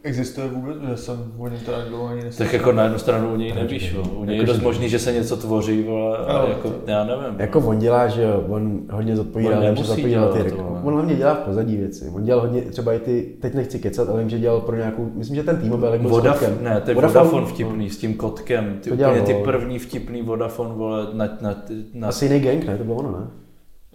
existuje vůbec, že jsem o něm teda nebyl ani neslyšel. Tak jako na jednu stranu u něj nevíš, vole. u něj je dost možný, že se něco tvoří, vole, Ano. ale jako, já nevím. Jako on dělá, že jo, on hodně zodpovídá, On on nemusí že zodpovídá ty dělat rek- to, ale- jako On hlavně dělá v pozadí věci. On dělal hodně, třeba i ty, teď nechci kecat, ale vím, že dělal pro nějakou, myslím, že ten tým byl jako Vodafone, ne, to je Vodafone, vtipný s tím kotkem. Ty To dělal úplně ty Vodafone. první vtipný Vodafone, vole, na, na, na Asi jiný gang, ne? To bylo ono, ne?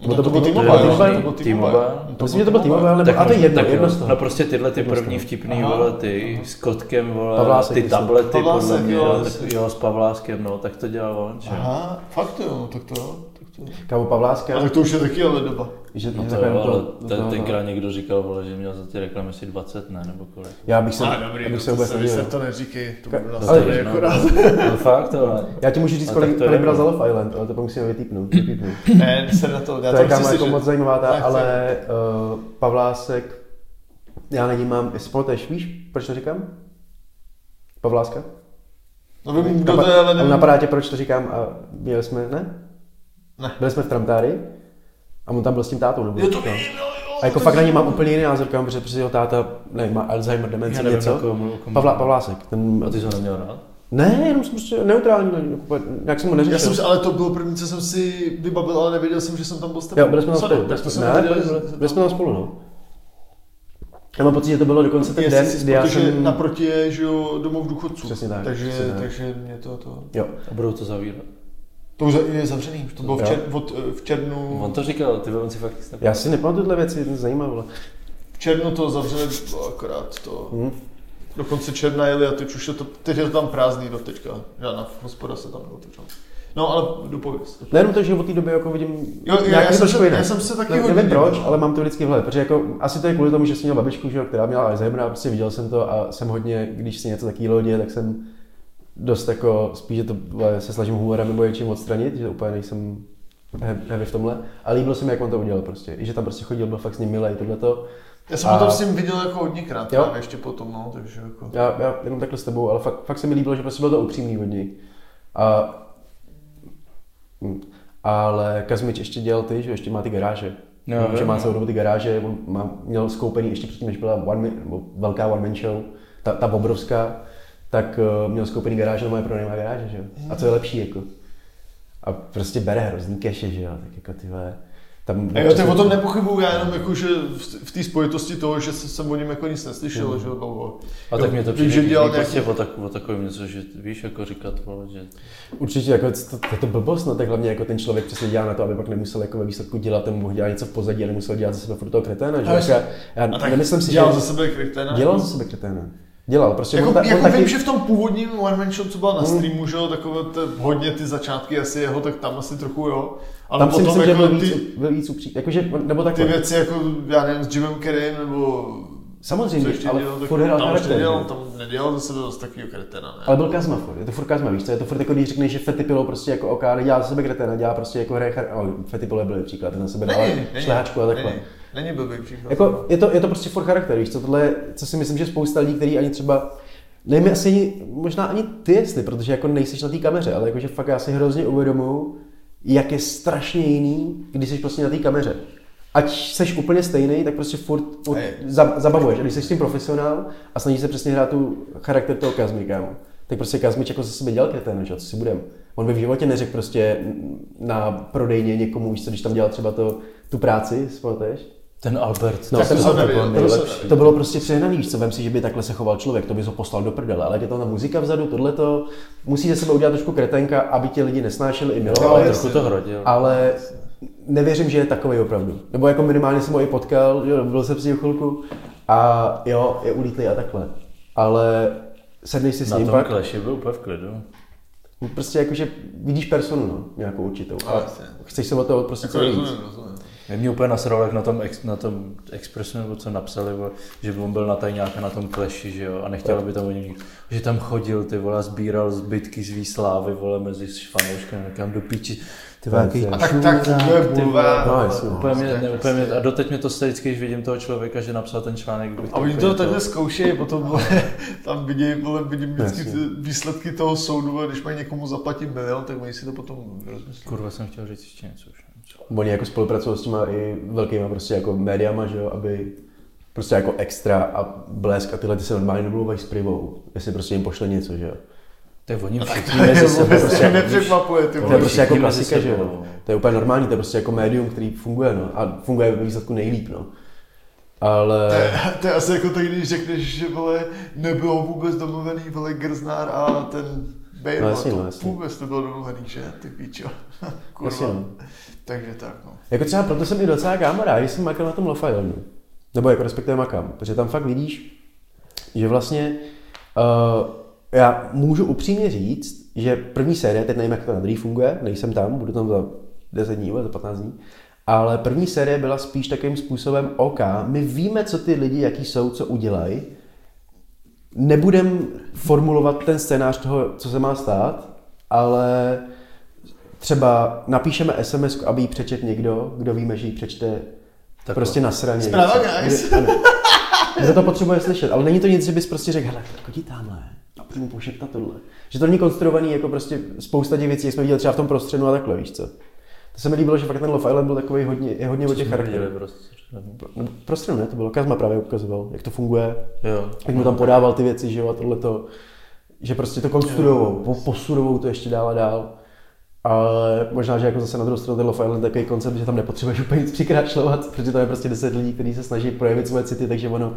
No to byl bylo- T-Mobile, to bylo- to byl T-Mobile. T-Mobile. Myslím, že to byl T-Mobile, nebo, a to je možná- jedno, tak jedno jo. z toho. No prostě tyhle ty Jedno z první toho. vtipný, Aha. vole, ty s kotkem, vole, Pavlásek, ty myslím. tablety, Pavlásek, podle mě, jo, jo, tak, jasně. jo, s Pavláskem, no, tak to dělal on, že? Aha, fakt jo, no, tak to jo. Tak to jo. Kámo Pavláska, Ale tak to už je taky ale doba. že No že to takhle jo, do ale toho- do ten, toho- tenkrát někdo říkal, vole, že měl za ty reklamy asi 20, ne, nebo kolik. Já bych se, já no, bych se to vůbec se- nedělal. se to neříkej, to budu na Ale- straně no. akorát. No fakt, ale. Já ti můžu říct, A kolik, No, tak to je kolik bral za jedno. Love Island, ale to pak musíme vytýpnout. vytýpnout. Ne, se na to, já to je chci kámo jako slyšet. moc zajímavá ta, Nechci. ale uh, Pavlásek, já na ní mám spoltež, víš, proč to říkám? Pavláska? No vím, kdo to je, ale nevím. Napadá tě, proč to říkám a byli jsme, ne? Ne. Byli jsme v Tramtári a on tam byl s tím tátou, nebo Jo, to no. vím, jo, jo. A jako fakt na ně mám úplně jiný názor, kam, protože přes jeho táta, nevím, má Alzheimer, Já demenci, nevím, jako něco. na koho mluvu, komu- Pavla, Pavlásek, ten... A ty jsi ho neměl rád? Ne, jenom jsem prostě neutrální, ne- jako, jak jsem ho neřešil. Já jsem, si- ale to bylo první, co jsem si vybavil, ale nevěděl jsem, že jsem tam byl s tebou. Jo, byli jsme tam Sorry, spolu. Tak to jsem ne, nevěděl, byli, že- byli, byli jsme tam spolu, no. Já mám pocit, že to bylo dokonce ten den, Jestli- kdy já protože jsem... naproti je, že jo, domov důchodců. Přesně tak, přesně Takže, tak. takže mě to, to... Jo. A budou to zavírat. To už je zavřený, už to bylo v, Jo. čer, od, eh, v červnu, On to říkal, ty vem si fakt nic Já si nepamatuju tyhle věci, to je zajímavé. v červnu to zavřeli akorát to. Hm. Do konce června jeli a teď už je to, teď je to tam prázdný do teďka. Žádná hospoda se tam neotevřela. No ale dopověz. Nejenom to, že od té doby jako vidím Jo, jo, nějaký já jsem trošku se- jiný. já jsem se taky ne, hodně Nevím proč, díval. ale mám to vždycky v hlavě, protože jako, asi to je kvůli tomu, že jsem měl babičku, že, jo, která měla Alzheimera, prostě viděl jsem to a jsem hodně, když si něco takového děje, tak jsem dost jako, spíš, že to vole, se snažím humorem nebo něčím odstranit, že úplně nejsem he- heavy v tomhle. A líbilo se mi, jak on to udělal prostě. I že tam prostě chodil, byl fakt s ním milej, tohleto. Já jsem ho tam A- s ním viděl jako hodněkrát, Jo. právě ještě potom, no, takže jako... Já, já jenom takhle s tebou, ale fakt, fakt se mi líbilo, že prostě bylo to upřímný od něj. A, hm, ale Kazmič ještě dělal ty, že ještě má ty garáže. No, že jo, má no. celou dobu ty garáže, on má, měl skoupený ještě předtím, než byla one, man- nebo velká one man show, ta, ta obrovská, tak uh, měl skoupený garáže, no má pronajímá garáže, že jo. A co je lepší, jako. A prostě bere hrozný keše, že jo, tak jako ty vole, tam... A jo, tak o tom nepochybuju, já jenom jako, že v- v té spojitosti toho, že se- jsem o něm jako nic neslyšel, že jo, dlouho. A tak mě to Vím, přijde, že že dělal nějaký... prostě o, tak, o takovém něco, že víš, jako říkat, vole, že... Určitě, jako, to, to, je to blbost, no, tak hlavně jako ten člověk přesně dělá na to, aby pak nemusel jako ve výsledku dělat, ten mohl dělat něco v pozadí a nemusel dělat za sebe furt toho kreténa, že? A Jako, já, já A tak nemyslím si, dělal že za sebe kreténa. dělal za sebe kreténa. Dělal, prostě Jako, on, ta, jako on taky, Hmm. vím, že v tom původním One Man Show, co byla na streamu, že jo, takové te, hodně ty začátky asi jeho, tak tam asi trochu jo. Ale tam si potom myslím, že jako byl víc, ty, byl víc upří, jakože, nebo ty takhle. věci jako, já nevím, s Jimem Kerrym nebo... Samozřejmě, ale tak furt hrál tam ještě charakter, nedělal, že? tam nedělal zase dost takového kretena, ne? Ale byl Kazma furt, je to furt Kazma, víš co, je to furt jako když řekneš, že Fety Pilo prostě jako OK, nedělá za sebe kreténa, dělá prostě jako hraje, char- ale Fety Pilo je byl příklad, ten na sebe dává Není, není, šlehačku a takhle. není, není blbý příklad. Jako, je, to, je to prostě furt charakter, víš, co tohle, je, co si myslím, že spousta lidí, který ani třeba, nevím, asi ani- možná ani ty, jestli, protože jako nejseš na té kameře, ale jakože fakt já si hrozně uvědomuju, jak je strašně jiný, když jsi prostě na té kameře. Ať seš úplně stejný, tak prostě furt, furt Hej. za- zabavuješ. A když jsi s tím profesionál a snažíš se přesně hrát tu charakter toho Kazmy, kámo, tak prostě Kazmič jako se sebe dělal kretén, že jo, co si budem. On by v životě neřekl prostě na prodejně někomu, víš co, když tam dělal třeba to, tu práci, spoluteš? Ten Albert, No, tak Tak to ten jsem autor nevěděl, byl to jsem nejlepší. nevěděl. To bylo prostě přehnaný, víš co vem si, že by takhle se choval člověk, to by ho poslal do prdele, ale je tam ta muzika vzadu, tohleto, musí ze sebe udělat trošku kretenka, aby ti lidi nesnášeli i ale milovali, jasně. trochu to hrodil. ale nevěřím, že je takový opravdu. Nebo jako minimálně jsem ho i potkal, že jo, byl jsem s ním chvilku a jo, je ulítlý a takhle. Ale sedneš si s na ním tom pak, kleši byl úplně v klidu. prostě jakože vidíš personu, no, nějakou určitou. No, A jasně. chceš se o toho prostě Jako co nejvíc. rozumím, rozumím. Mě, mě úplně nasralo, jak na tom, ex, na tom Expressu nebo co napsali, bo, že on byl na tajňáka na tom kleši, že jo, a nechtěl by tam o něm nikdo. Že tam chodil, ty vole, a sbíral zbytky z výslávy, vole, mezi švanouškami, kam do píči. Ty vole, jaký A tak, tak, to je ty vole, bulvár. No, No, jasně, no. Úplně mě, ne, úplně mě, a doteď mě to vždycky, když vidím toho člověka, že napsal ten článek. bych A oni to úplně takhle zkoušejí, potom vole, tam vidí, vole, vidím vždycky Jasně. ty výsledky toho soudu, a když mají někomu zaplatit milion, tak oni si to potom rozmyslí. Kurva, jsem chtěl říct ještě něco už. nevím, co. Oni jako spolupracují s těma i velkýma prostě jako médiama, že jo, aby prostě jako extra a blesk a tyhle ty se normálně domluvají s privou, jestli prostě jim pošle něco, že jo. To je oni všichni Víme si Je, sebe vůbec prostě, No mě nepřekvapuje, ty to je vole. prostě jako Všichni mezi klasika, že sebou, jo. no. To je úplně normální, to je prostě jako médium, který funguje, no. A funguje ve výsledku nejlíp, no. Ale... To je asi jako tak, když řekneš, že vole, nebylo vůbec domluvený vole Grznár a ten Bale, No no, jasně, to no jasně. vůbec nebylo domluvený, že ty píčo. Kurva. Jasně, no. Takže tak, no. Jako třeba proto jsem i docela kámo rád, že jsem makal na tom Lafayonu. Nebo jako respektive makám, protože tam fakt vidíš, že vlastně uh, já můžu upřímně říct, že první série, teď nevím, jak to na druhý funguje, nejsem tam, budu tam za 10 dní, nebo za 15 dní, ale první série byla spíš takovým způsobem OK, my víme, co ty lidi, jaký jsou, co udělají, nebudem formulovat ten scénář toho, co se má stát, ale třeba napíšeme SMS, aby ji přečet někdo, kdo víme, že ji přečte tak prostě na straně. Zpráva, guys. Za to potřebuje slyšet, ale není to nic, že bys prostě řekl, hele, tak jdi tamhle a pojď mu pošeptat tohle. Že to není konstruovaný jako prostě spousta těch věcí, jak jsme viděli třeba v tom prostřednu a takhle, víš co. To se mi líbilo, že fakt ten Love Island byl takový hodně, je hodně o těch charakterech. viděli prostě. No, prostřednu ne, to bylo, Kazma právě ukazoval, jak to funguje, Jo. jak mu tam podával ty věci, že jo, a tohleto, že prostě to konstruovou, po, posudovou to ještě dál a dál. Ale možná, že jako zase na druhou stranu ten Love Island je takový koncept, že tam nepotřebuješ úplně nic přikrášlovat, protože tam je prostě 10 lidí, kteří se snaží projevit svoje city, takže ono,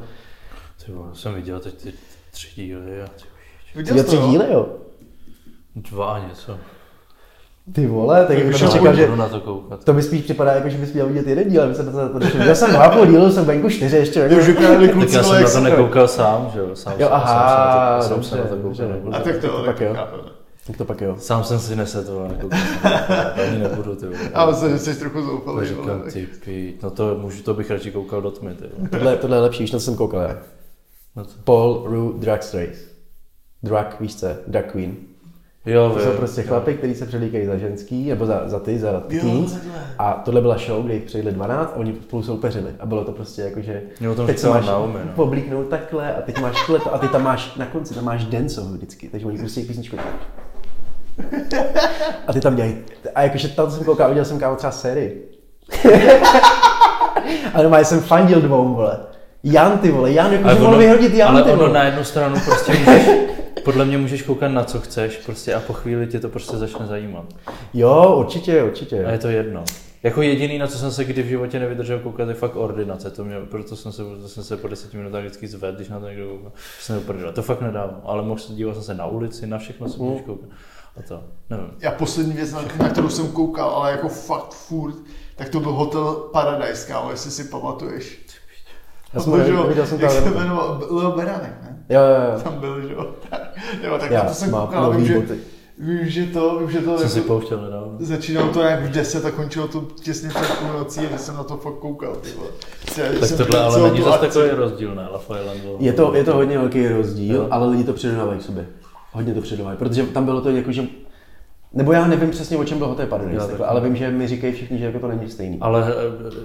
Ty vole, jsem viděl teď ty tři díly a ty Viděl je jsi to, tři jo? díly, jo. dva a něco. Ty vole, tak Tak jako už jsem já čekal, že Budu na to koukat. to mi spíš připadá, jako že bys měl vidět jeden díl, ale my jsem to došel. Já jsem dva a půl dílu, jsem venku čtyři ještě. Jako. Ty už ukradli Tak kluci, já vole, jsem jak na to se nekoukal sám, že jo. Sám, Jo, jsem- aha, sám, jsem se na to- sám jsem na to dobře, koukal. dobře. nebudu. A tak To to, pak tak no. jo. chápeme. Tak to pak jo. Sám jsem si nesl tohle, nekoukal. Ani nebudu, ty vole. Já myslím, že jsi trochu To zoufalý. říkám, vole. ty pít. No to můžu, to bych radši koukal do tmy, ty vole. Tohle, tohle je lepší, už na to jsem koukal já. No to- Paul Rue Drugs Race. Drug, víš co, drug queen. Jo, To jo. jsou prostě chlapy, kteří se přelíkají za ženský, nebo za, za ty, za ty Jo, teens. takhle. A tohle byla show, kde jich přejdli 12 a oni spolu soupeřili. A bylo to prostě jako, že Jo, tam teď se říkala máš Naomi, no. poblíknout takhle a teď máš tohle a ty tam máš, na konci tam máš dancehall vždycky, takže oni prostě písničku tak. A ty tam dělají. A jakože tam jsem koukal, viděl jsem kámo třeba sérii. Ale normálně jsem fandil dvou, vole. Jan ty vole, Jan, jakože mohl vyhodit no. Jan ale ty ono vole. na jednu stranu prostě můžeš, podle mě můžeš koukat na co chceš prostě a po chvíli tě to prostě začne zajímat. Jo, určitě, určitě. A je to jedno. Jako jediný, na co jsem se kdy v životě nevydržel koukat, je fakt ordinace. To mě, proto jsem se, to jsem se po deseti minutách vždycky zvedl, když na to někdo koukal. že Jsem uprdil. To fakt nedávám. Ale mohl jsem díval jsem se na ulici, na všechno jsem Mm. můžeš koukat. A to, nevím. Já poslední věc, na, na kterou jsem koukal, ale jako fakt furt, tak to byl Hotel Paradise, kámo, jestli si pamatuješ. Já To jsem- byl, že jo, viděl jsem to, jak se ale- jmenoval, Leo Beranek, ne? Jo, jo, jo. Tam byl, že jo. jo tak Já, na to jsem má koukal, nový vím že, boty. vím, že to, vím, že to Jsem jako, si pouštěl nedávno. začínalo to nějak v 10 a končilo to těsně před půlnocí, že jsem na to fakt koukal, ty vole. Já Tak jsem tohle ale celou není tu zase akci- takový rozdíl, ne? Lafayette bylo- Je to, je to hodně velký rozdíl, jo. ale lidi to předávají k sobě. Hodně to předávají, protože tam bylo to jako, že... Nebo já nevím přesně, o čem bylo Hotel Já Paradise, taky. takhle, ale vím, že mi říkají všichni, že jako to není stejný. Ale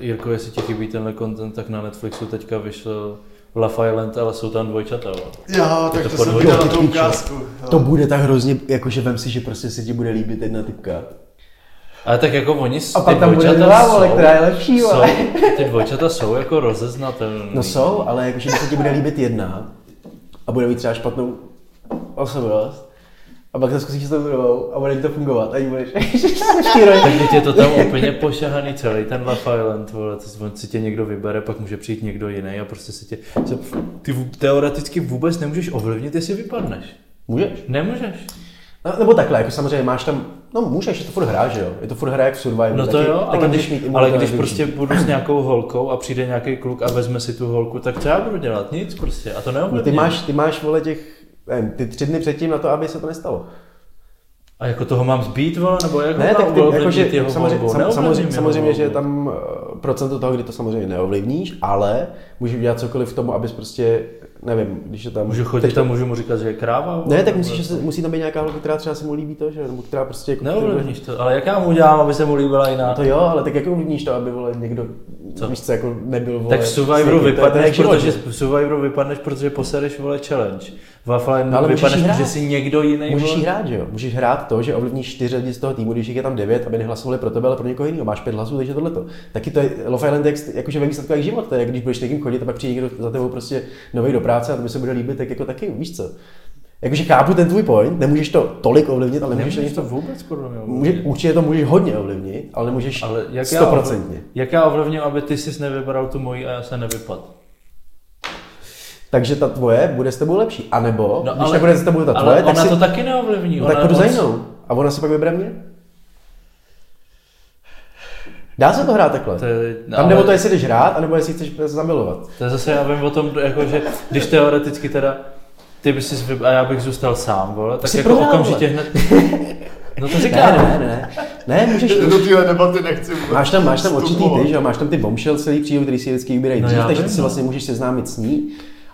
eh, Jirko, jestli ti chybí tenhle content, tak na Netflixu teďka vyšel Love Island, ale jsou tam dvojčata. vole. Jo, tak to to, jsem podvodil, viděl na ty tu pičo. ukázku. jo. To bude tak hrozně, jakože vem si, že prostě se ti bude líbit jedna typka. Ale tak jako oni s- A ty pak tam bude dvojčata druhá, vole, jsou- která je lepší, jsou, vole. Ty dvojčata jsou jako rozeznatelné. No jsou, ale jakože když se ti bude líbit jedna a bude mít třeba špatnou osobnost, a pak to zkusíš s tou druhou a bude ti to fungovat a budeš Tak teď je to tam úplně pošahaný celý ten Love Island, vole, to z- on si tě někdo vybere, pak může přijít někdo jiný a prostě si tě, se, ty vů- teoreticky vůbec nemůžeš ovlivnit, jestli vypadneš. Můžeš? Nemůžeš. No, nebo takhle, jako samozřejmě máš tam, no můžeš, je to furt hra, že jo? Je to furt hra jak v Survival. No to taky- jo, taky ale můžeš když, mít ale imunitu když na prostě využití. budu s nějakou holkou a přijde nějaký kluk a vezme si tu holku, tak co já budu dělat? Nic prostě. A No, to ty neovlivním. máš, ty máš, vole, těch, nevím, ty tři dny předtím na to, aby se to nestalo. A jako toho mám zbít, vole, nebo jak Ne, mám tak ty, ovlivnit jako, že, jeho samozřejmě, volbu? sam, Neovlivním samozřejmě, jeho samozřejmě že je volbu. tam eh, procento toho, kdy to samozřejmě neovlivníš, ale můžeš udělat cokoliv k tomu, abys prostě, nevím, když je tam... Můžu chodit tam, můžu mu říkat, že je kráva? vole, Ne, tak nebo- musíš, se- musí tam být nějaká holka, která třeba se mu líbí to, že? jo, Nebo která prostě... Jako, Neovlivníš to, ale jak já mu udělám, aby se mu líbila jiná? To jo, ale tak jako ovlivníš to, aby vole někdo, co? víš co, jako nebyl vole... tak v to Survivoru je- to je jak vypadneš, život, protože, že? v Survivoru vypadneš, protože posereš, vole, challenge. V Half-Life No, ale můžeš vypadneš, jí hrát. protože si někdo jiný, Můžeš jí vole, hrát, že jo? Můžeš hrát to, že ovlivníš čtyři lidi z toho týmu, když jich je tam devět, aby nehlasovali pro tebe, ale pro někoho jiného. Máš pět hlasů, takže tohleto. Taky to je Love Island, je jak, jakože ve výsledku jak život, to je, jak když budeš někým chodit a pak přijde někdo za tebou prostě nový do práce a to by se bude líbit, tak jako taky, víš co? Jakože chápu ten tvůj point, nemůžeš to tolik ovlivnit, ale můžeš, Nemůžeš můžeš to vůbec podle mě Může, ovlivnit. určitě to můžeš hodně ovlivnit, ale nemůžeš Ale jak já, stoprocentně. ovlivním, jak já ovlivním, aby ty jsi nevybral tu moji a já se nevypad. Takže ta tvoje bude s tebou lepší. A nebo, no, když ale, nebude s tebou ta ale tvoje, tak, ona si, to taky neovlivní. no, tak ona- půjdu za on- jinou. A ona si pak vybere mě? Dá se to hrát takhle. To je- no, Tam nebo ale- to, jestli jdeš hrát, anebo jestli chceš se zamilovat. To je zase, já vím o tom, jako, že když teoreticky teda ty bys si vyb- a já bych zůstal sám, vole, tak Jsi jako prohrál, okamžitě hned... No to Ne, říkám. ne, ne, ne. Ne, můžeš... Do téhle debaty nechci vůbec Máš tam, máš tam určitý vstupovat. ty, že jo, máš tam ty bombshell celý příjem, který si vždycky vybírají No dřív, já takže ty vím, si no. vlastně můžeš seznámit s ní.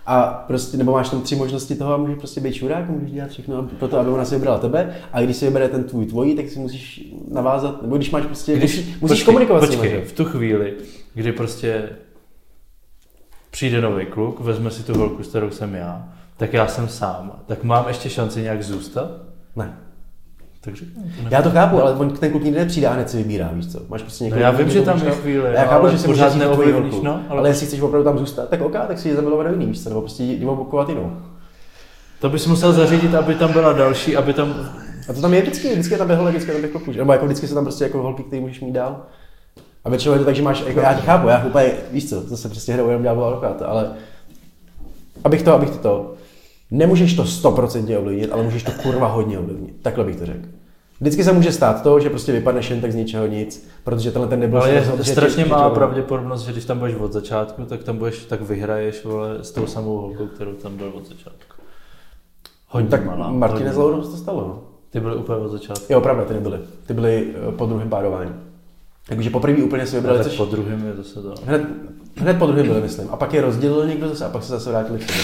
A prostě, nebo máš tam tři možnosti toho a můžeš prostě být šurák, a můžeš dělat všechno pro to, aby ona si vybrala tebe. A když si vybere ten tvůj tvojí, tak si musíš navázat, nebo když máš prostě, když, musíš, musíš komunikovat s počkej, nimi. v tu chvíli, kdy prostě přijde nový kluk, vezme si tu holku, s kterou jsem já, tak já jsem sám, tak mám ještě šanci nějak zůstat? Ne. Takže Já to chápu, ale on ten kluk nikdy nepřijde a hned si vybírá, víš co? Máš prostě někoho, já vím, někoho že tam můžeš- je chvíle, Já no, chápu, ale že si pořád můžeš jít tvoji neovlivníš, holku, no, ale- ale jestli chceš opravdu tam zůstat, tak OK, tak si je zamilovat do jiný, víš co? Nebo prostě jdi obokovat jinou. to bys musel zařídit, aby tam byla další, aby tam... A to tam je vždycky, vždycky je tam běhlo, vždycky je tam běhlo kůže. Nebo jako vždycky jsou tam prostě jako holky, které můžeš mít dál. A většinou je to tak, že máš, jako já tě chápu, já úplně, víš co, zase prostě hraju jenom Diablo Advocate, ale abych to, abych to to, nemůžeš to stoprocentně ovlivnit, ale můžeš to kurva hodně ovlivnit, takhle bych to řekl. Vždycky se může stát to, že prostě vypadneš jen tak z ničeho nic, protože tenhle ten nebyl Ale je rozhodl, že tě- strašně že tě malá ovlivní. pravděpodobnost, že když tam budeš od začátku, tak tam budeš, tak vyhraješ vole, s tou samou holkou, kterou tam byl od začátku. Hodně Tak malá. Martinez hodně. Laurou se to stalo. no. Ty byl úplně od začátku. Jo, pravda, ty nebyly. Ty byly eh, po druhém párování. Takže poprvé úplně si vybrali, Ale No, tak což po druhém je zase to. Hned, hned po druhém byli, myslím. A pak je rozdělil někdo zase a pak se zase vrátili k sobě.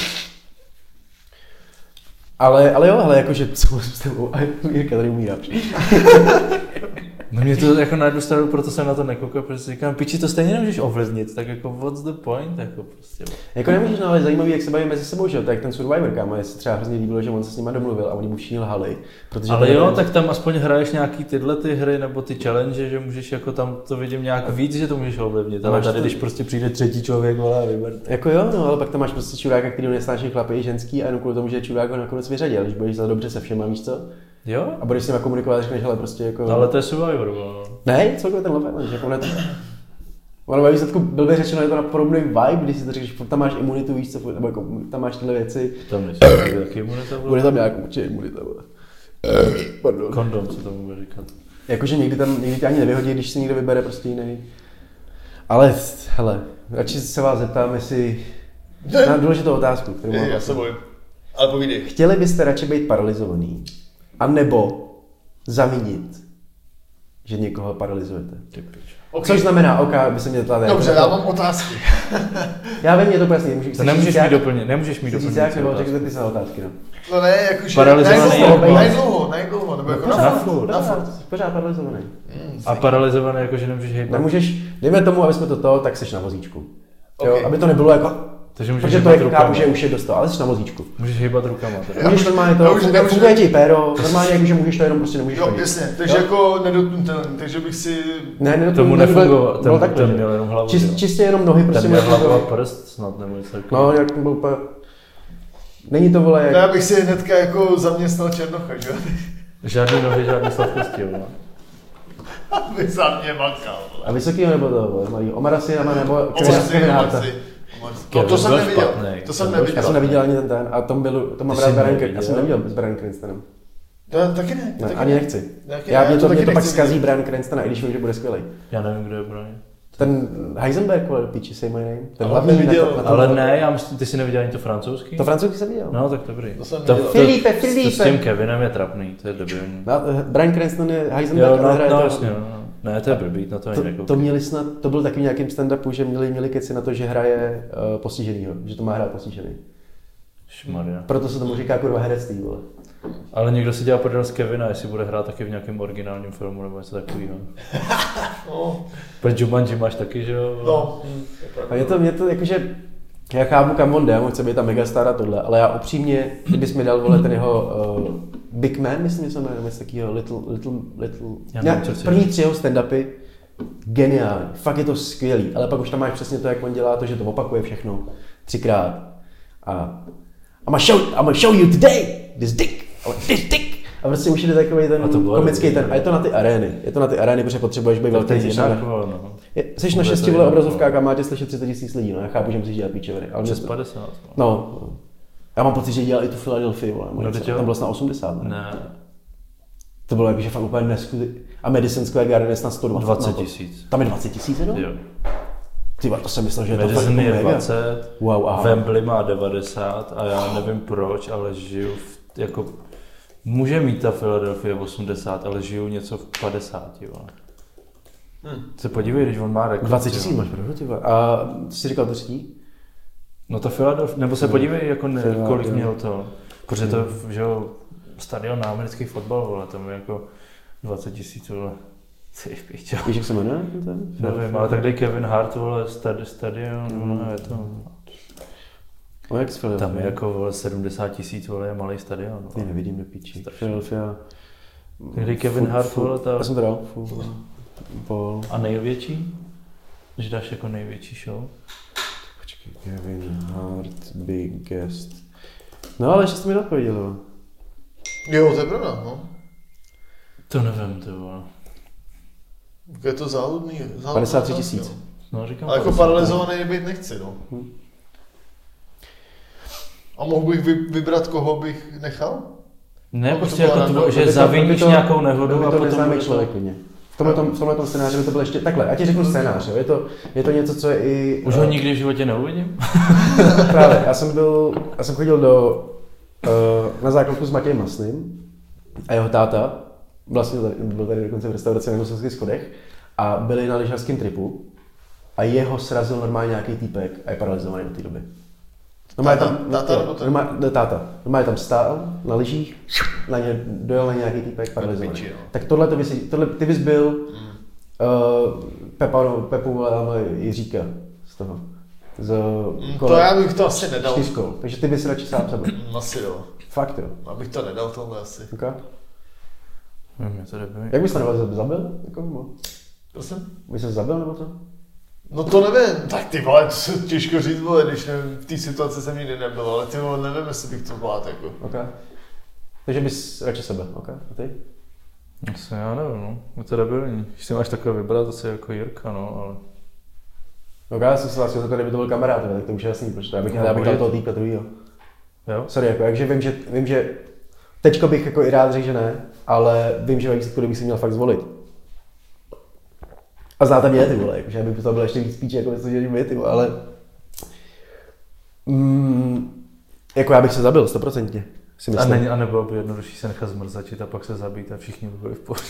Ale, ale jo, ale jakože souhlasím s tebou. A Jirka tady umírá. No mě to jako na jednu stranu, proto jsem na to nekoukal, protože si říkám, piči, to stejně nemůžeš ovlivnit, tak jako what's the point, jako prostě. Jako nemůžeš, no, ale je zajímavý, jak se baví mezi sebou, že jo? Tak jak ten Survivor, kámo, je se třeba hrozně líbilo, že on se s nima domluvil a oni mu všichni lhali. Protože Ale to- jo, tak tam aspoň hraješ nějaký tyhle ty hry nebo ty challenge, že můžeš jako tam to vidím nějak víc, že to můžeš ovlivnit, ale Máš tady, to- když prostě přijde třetí člověk, vole, a vyber. Jako jo, no, ale pak tam máš prostě čuráka, který nesnáší chlapy i ženský a jenom kvůli tomu, že čurák ho nakonec vyřadil, když budeš za dobře se všema, víš co? Jo? A budeš s nima komunikovat, řekneš, ale prostě jako... No, Ale to je Survivor, vole. Ne, celkově ten Love Island, jako ono je to... Ono ve výsledku byl by řečeno, je to na podobný vibe, když si to řekneš, furt tam máš imunitu, víš co, furt- nebo jako, tam máš tyhle věci. Tam nejsou taky imunita, vole. Bude tam nějak určitě imunita, vole. Pardon. Kondom, co tomu bude říkat. Jakože někdy tam, někdy tě ani nevyhodí, když si někdo vybere prostě jiný. Ale, hele, radši se vás zeptám, jestli... Na důležitou otázku, kterou mám. Já se bojím. Ale povídej. Chtěli byste radši být paralizovaný, anebo zavinit, že někoho paralizujete? Okay. Což znamená, OK, by se mě tlačil. Dobře, já mám otázky. Já vím, je to úplně můžu To nemůžeš mi doplnit, nemůžeš mi Chceš doplnit. jak, nebo otázku. řekl ty své otázky, no. No ne, jakože Paralizovaný jak najdlouho, vás? najdlouho, najdlouho, nebo jako na pořád. furt. furt, na No, na furt. furt. Jsi Pořád paralizovaný. A paralizovaný, jakože nemůžeš hejbat. Nemůžeš, dejme tomu, aby jsme to to, tak seš na vozíčku. Jo, Ok. aby to nebylo jako, Takže můžeš protože to hýbat je kápu, rukama. že už je dost to, ale jsi na vozíčku. Můžeš hejbat rukama teda. Můžeš normálně to, já už- já funguje, už- funguje ti péro, normálně jako, že můžeš to jenom prostě nemůžeš Jo, chodit. jasně, takže jako nedotknutelný, takže bych si... Ne, ne, Tomu nebylo- nefungovalo, ten- bylo takhle, ten že? měl jenom hlavu, Čist- jo. Čistě jenom nohy prostě Ten měl nefungovaly. hlavu a prst snad nebo něco takového. No, jak to bylo úplně... Není to vole, No, já jak... bych si hnedka jako zaměstnal Černocha, že jo? Žádný nohy, žádný sladkosti, vole. Aby za mě makal. vole. A vysokýho nebo toho, vole, malýho? Omara si nebo... Omar si, Kevina Omar Harta. si, Omar si. No Kevin to jsem byl neviděl, špatnej. to jsem Kevin byl Já jsem neviděl neviděl. ani ten ten a tom byl, to mám Ty rád jsi Baran neviděl? Já jsem neviděl s Baran Cranstonem. To taky ne, Ne, taky ani ne. nechci. Taky ne, Já, mě já to, to mě taky to pak nechci zkazí Brian Cranstona, i když vím, že bude skvělý. Já nevím, kdo je Brian. Ten Heisenberg, vole, do píči, say my name. Ten Ale hlavní neviděl. na to- na tom- Ale ne, já myslím, ty jsi neviděl ani to francouzský? To francouzsky jsem viděl. No, tak dobrý. To jsem to, viděl. Filipe, s- Filipe. S tím Kevinem je trapný, to je debilní. A, eh, Brian Cranston je Heisenberg, Jo, ale no, hraje no, to- jasně, no, no. Ne, to je jako- blbý, na to ani to, to, nekoukám. měli snad, to byl taky v nějakém stand-upu, že měli, měli keci na to, že hraje uh, postiženýho, že to má hrát postižený. Šmarja. Proto se tomu říká kurva herectví, vole. Ale někdo si dělá prdel z Kevina, jestli bude hrát taky v nějakém originálním filmu nebo něco takového. No, Proč Jumanji máš taky, že jo? no. A je to, mě to jakože, já chápu, kam on jde, on chce být tam megastar a tohle, ale já upřímně, kdybys mi dal, vole, ten jeho uh, Big Man, myslím, že se jmenuje, nebo něco takového, Little, Little, Little, Já ne, nevím, co chceš první tři jeho stand-upy, geniální, fakt je to skvělý, ale pak už tam máš přesně to, jak on dělá, to, že to opakuje všechno třikrát a I'm gonna show, I'm gonna show you today, this dick, or this dick. A prostě už jde takový ten A to bylo komický dobrý, ten, ne? a je to na ty arény, je to na ty arény, protože potřebuješ být To velký. je seš jinak, na- vole, no. je- Jsi na Vůbec šesti to vole jinak, obrazovkách a máte slyšet 30 tisíc lidí, no já chápu, že musíš dělat píčoviny. Ale Přes mě- 50. no. No, no. Já mám pocit, že dělal i tu Philadelphia, vole, nebo No, něco. teď jo. tam byl snad 80, ne? Ne, To bylo jakože fakt úplně neskutečné. A Madison Square Garden je snad 120. 20 mám pocit. No. tisíc. Tam je 20 tisíc jenom? Jo. Ty vole, to jsem myslel, že je to fakt Madison jako je mega. 20, Wow, aha. Wembley má 90 a já nevím proč, ale žiju v, jako... Může mít ta Philadelphia 80, ale žiju něco v 50, vole. Hm. Se podívej, když on má rekord. 20 jo. tisíc máš pravdu, ty vole. A co jsi říkal, to třetí? No Hmm. ta Philadelphia, nebo se podívej, jako ne, Philadelphia. kolik měl to. Protože to, že jo, stadion na americký fotbal, vole, tam je jako 20 tisíc, vole. Ty pičo. Víš, jak se jmenuje? ten? Nevím, ale tak dej Kevin Hart, vole, stadi, stadion, vole, je to. No, jak z Philadelphia? Hmm. Tam je jako, vole, 70 tisíc, vole, je malý stadion. Ty Vole. nevidím do piči. Strašný. Philadelphia. Kdy Kevin Fu- Hart, fu- vole, ta- Já jsem to dal. Fu- Ball. A největší? Že dáš jako největší show? Počkej, Kevin Hart, biggest. No ale ještě jste mi odpověděl. Jo, to je pravda, no. To nevím, to vole. Je to záludný. záludná 53 částka, tisíc. jo. No říkám Ale jako 50. paralizovaný být nechci, no. Hm. A mohl bych vy- vybrat, koho bych nechal? Ne, Jako prostě to byla jako random, No, tvo, to by že zaviníš nějakou nehodu by a to potom... neznámý budeš- člověk klidně. V tomhle, tom, v tomhle tom scénáři by to bylo ještě takhle. Já ti řeknu scénář, jo. Je to, je to něco, co je i... Už ho nikdy v životě neuvidím? Právě, já jsem byl, já jsem chodil do, eh, na základku s Matějem Masným a jeho táta, vlastně tady, byl tady dokonce v restauraci na Musovských schodech a byli na lyžařském tripu a jeho srazil normálně nějaký týpek a je paralizovaný od té doby. Normálně Táta- táta jo, nebo ten? normálně- ne, táta. Normálně tam stál na lyžích, na ně dojel na nějaký týpek paralizovaný. piči, jo. Hmm. Tak tohle, to by si, tohle ty bys byl uh, Pepa, no, Pepu, vole, ale Jiříka z toho. Z, Mm, To kole- já bych to asi nedal. čtyřkou. Takže ty bys radši sám sebe. Mm, Asi jo. Fakt jo. Abych to nedal tohle asi. Luka? Nevím, je to debilní. Jak bys to nebo zabil? Jako, no. Prosím? Bys se zabil nebo co? No to nevím. Tak ty vole, to se těžko říct, vole, když nevím, v té situaci jsem nikdy nebyl, ale ty vole, nevím, jestli bych to vládl, jako. OK. Takže bys radši sebe, OK. A ty? Asi já nevím, no. Je to debilní. Když si máš takhle vybrat, asi jako Jirka, no, ale... OK, já jsem se vás chtěl zeptat, kdyby to byl kamarád, ale tak to už je jasný, proč to. Já bych, No, já bych dal je- toho týka druhýho. Jo? Sorry, jako, takže vím, že, vím, že teďko bych jako i rád řekl, že ne, ale vím, že ve výsledku bych si měl fakt zvolit. A znáte mě, ty vole, že bych to byl ještě víc píče, jako co že mě, ty vole, ale... Mm, jako já bych se zabil, stoprocentně, si A, myslím. není, a nebylo by jednodušší se nechat zmrzačit a pak se zabít a všichni by byli v pohodě.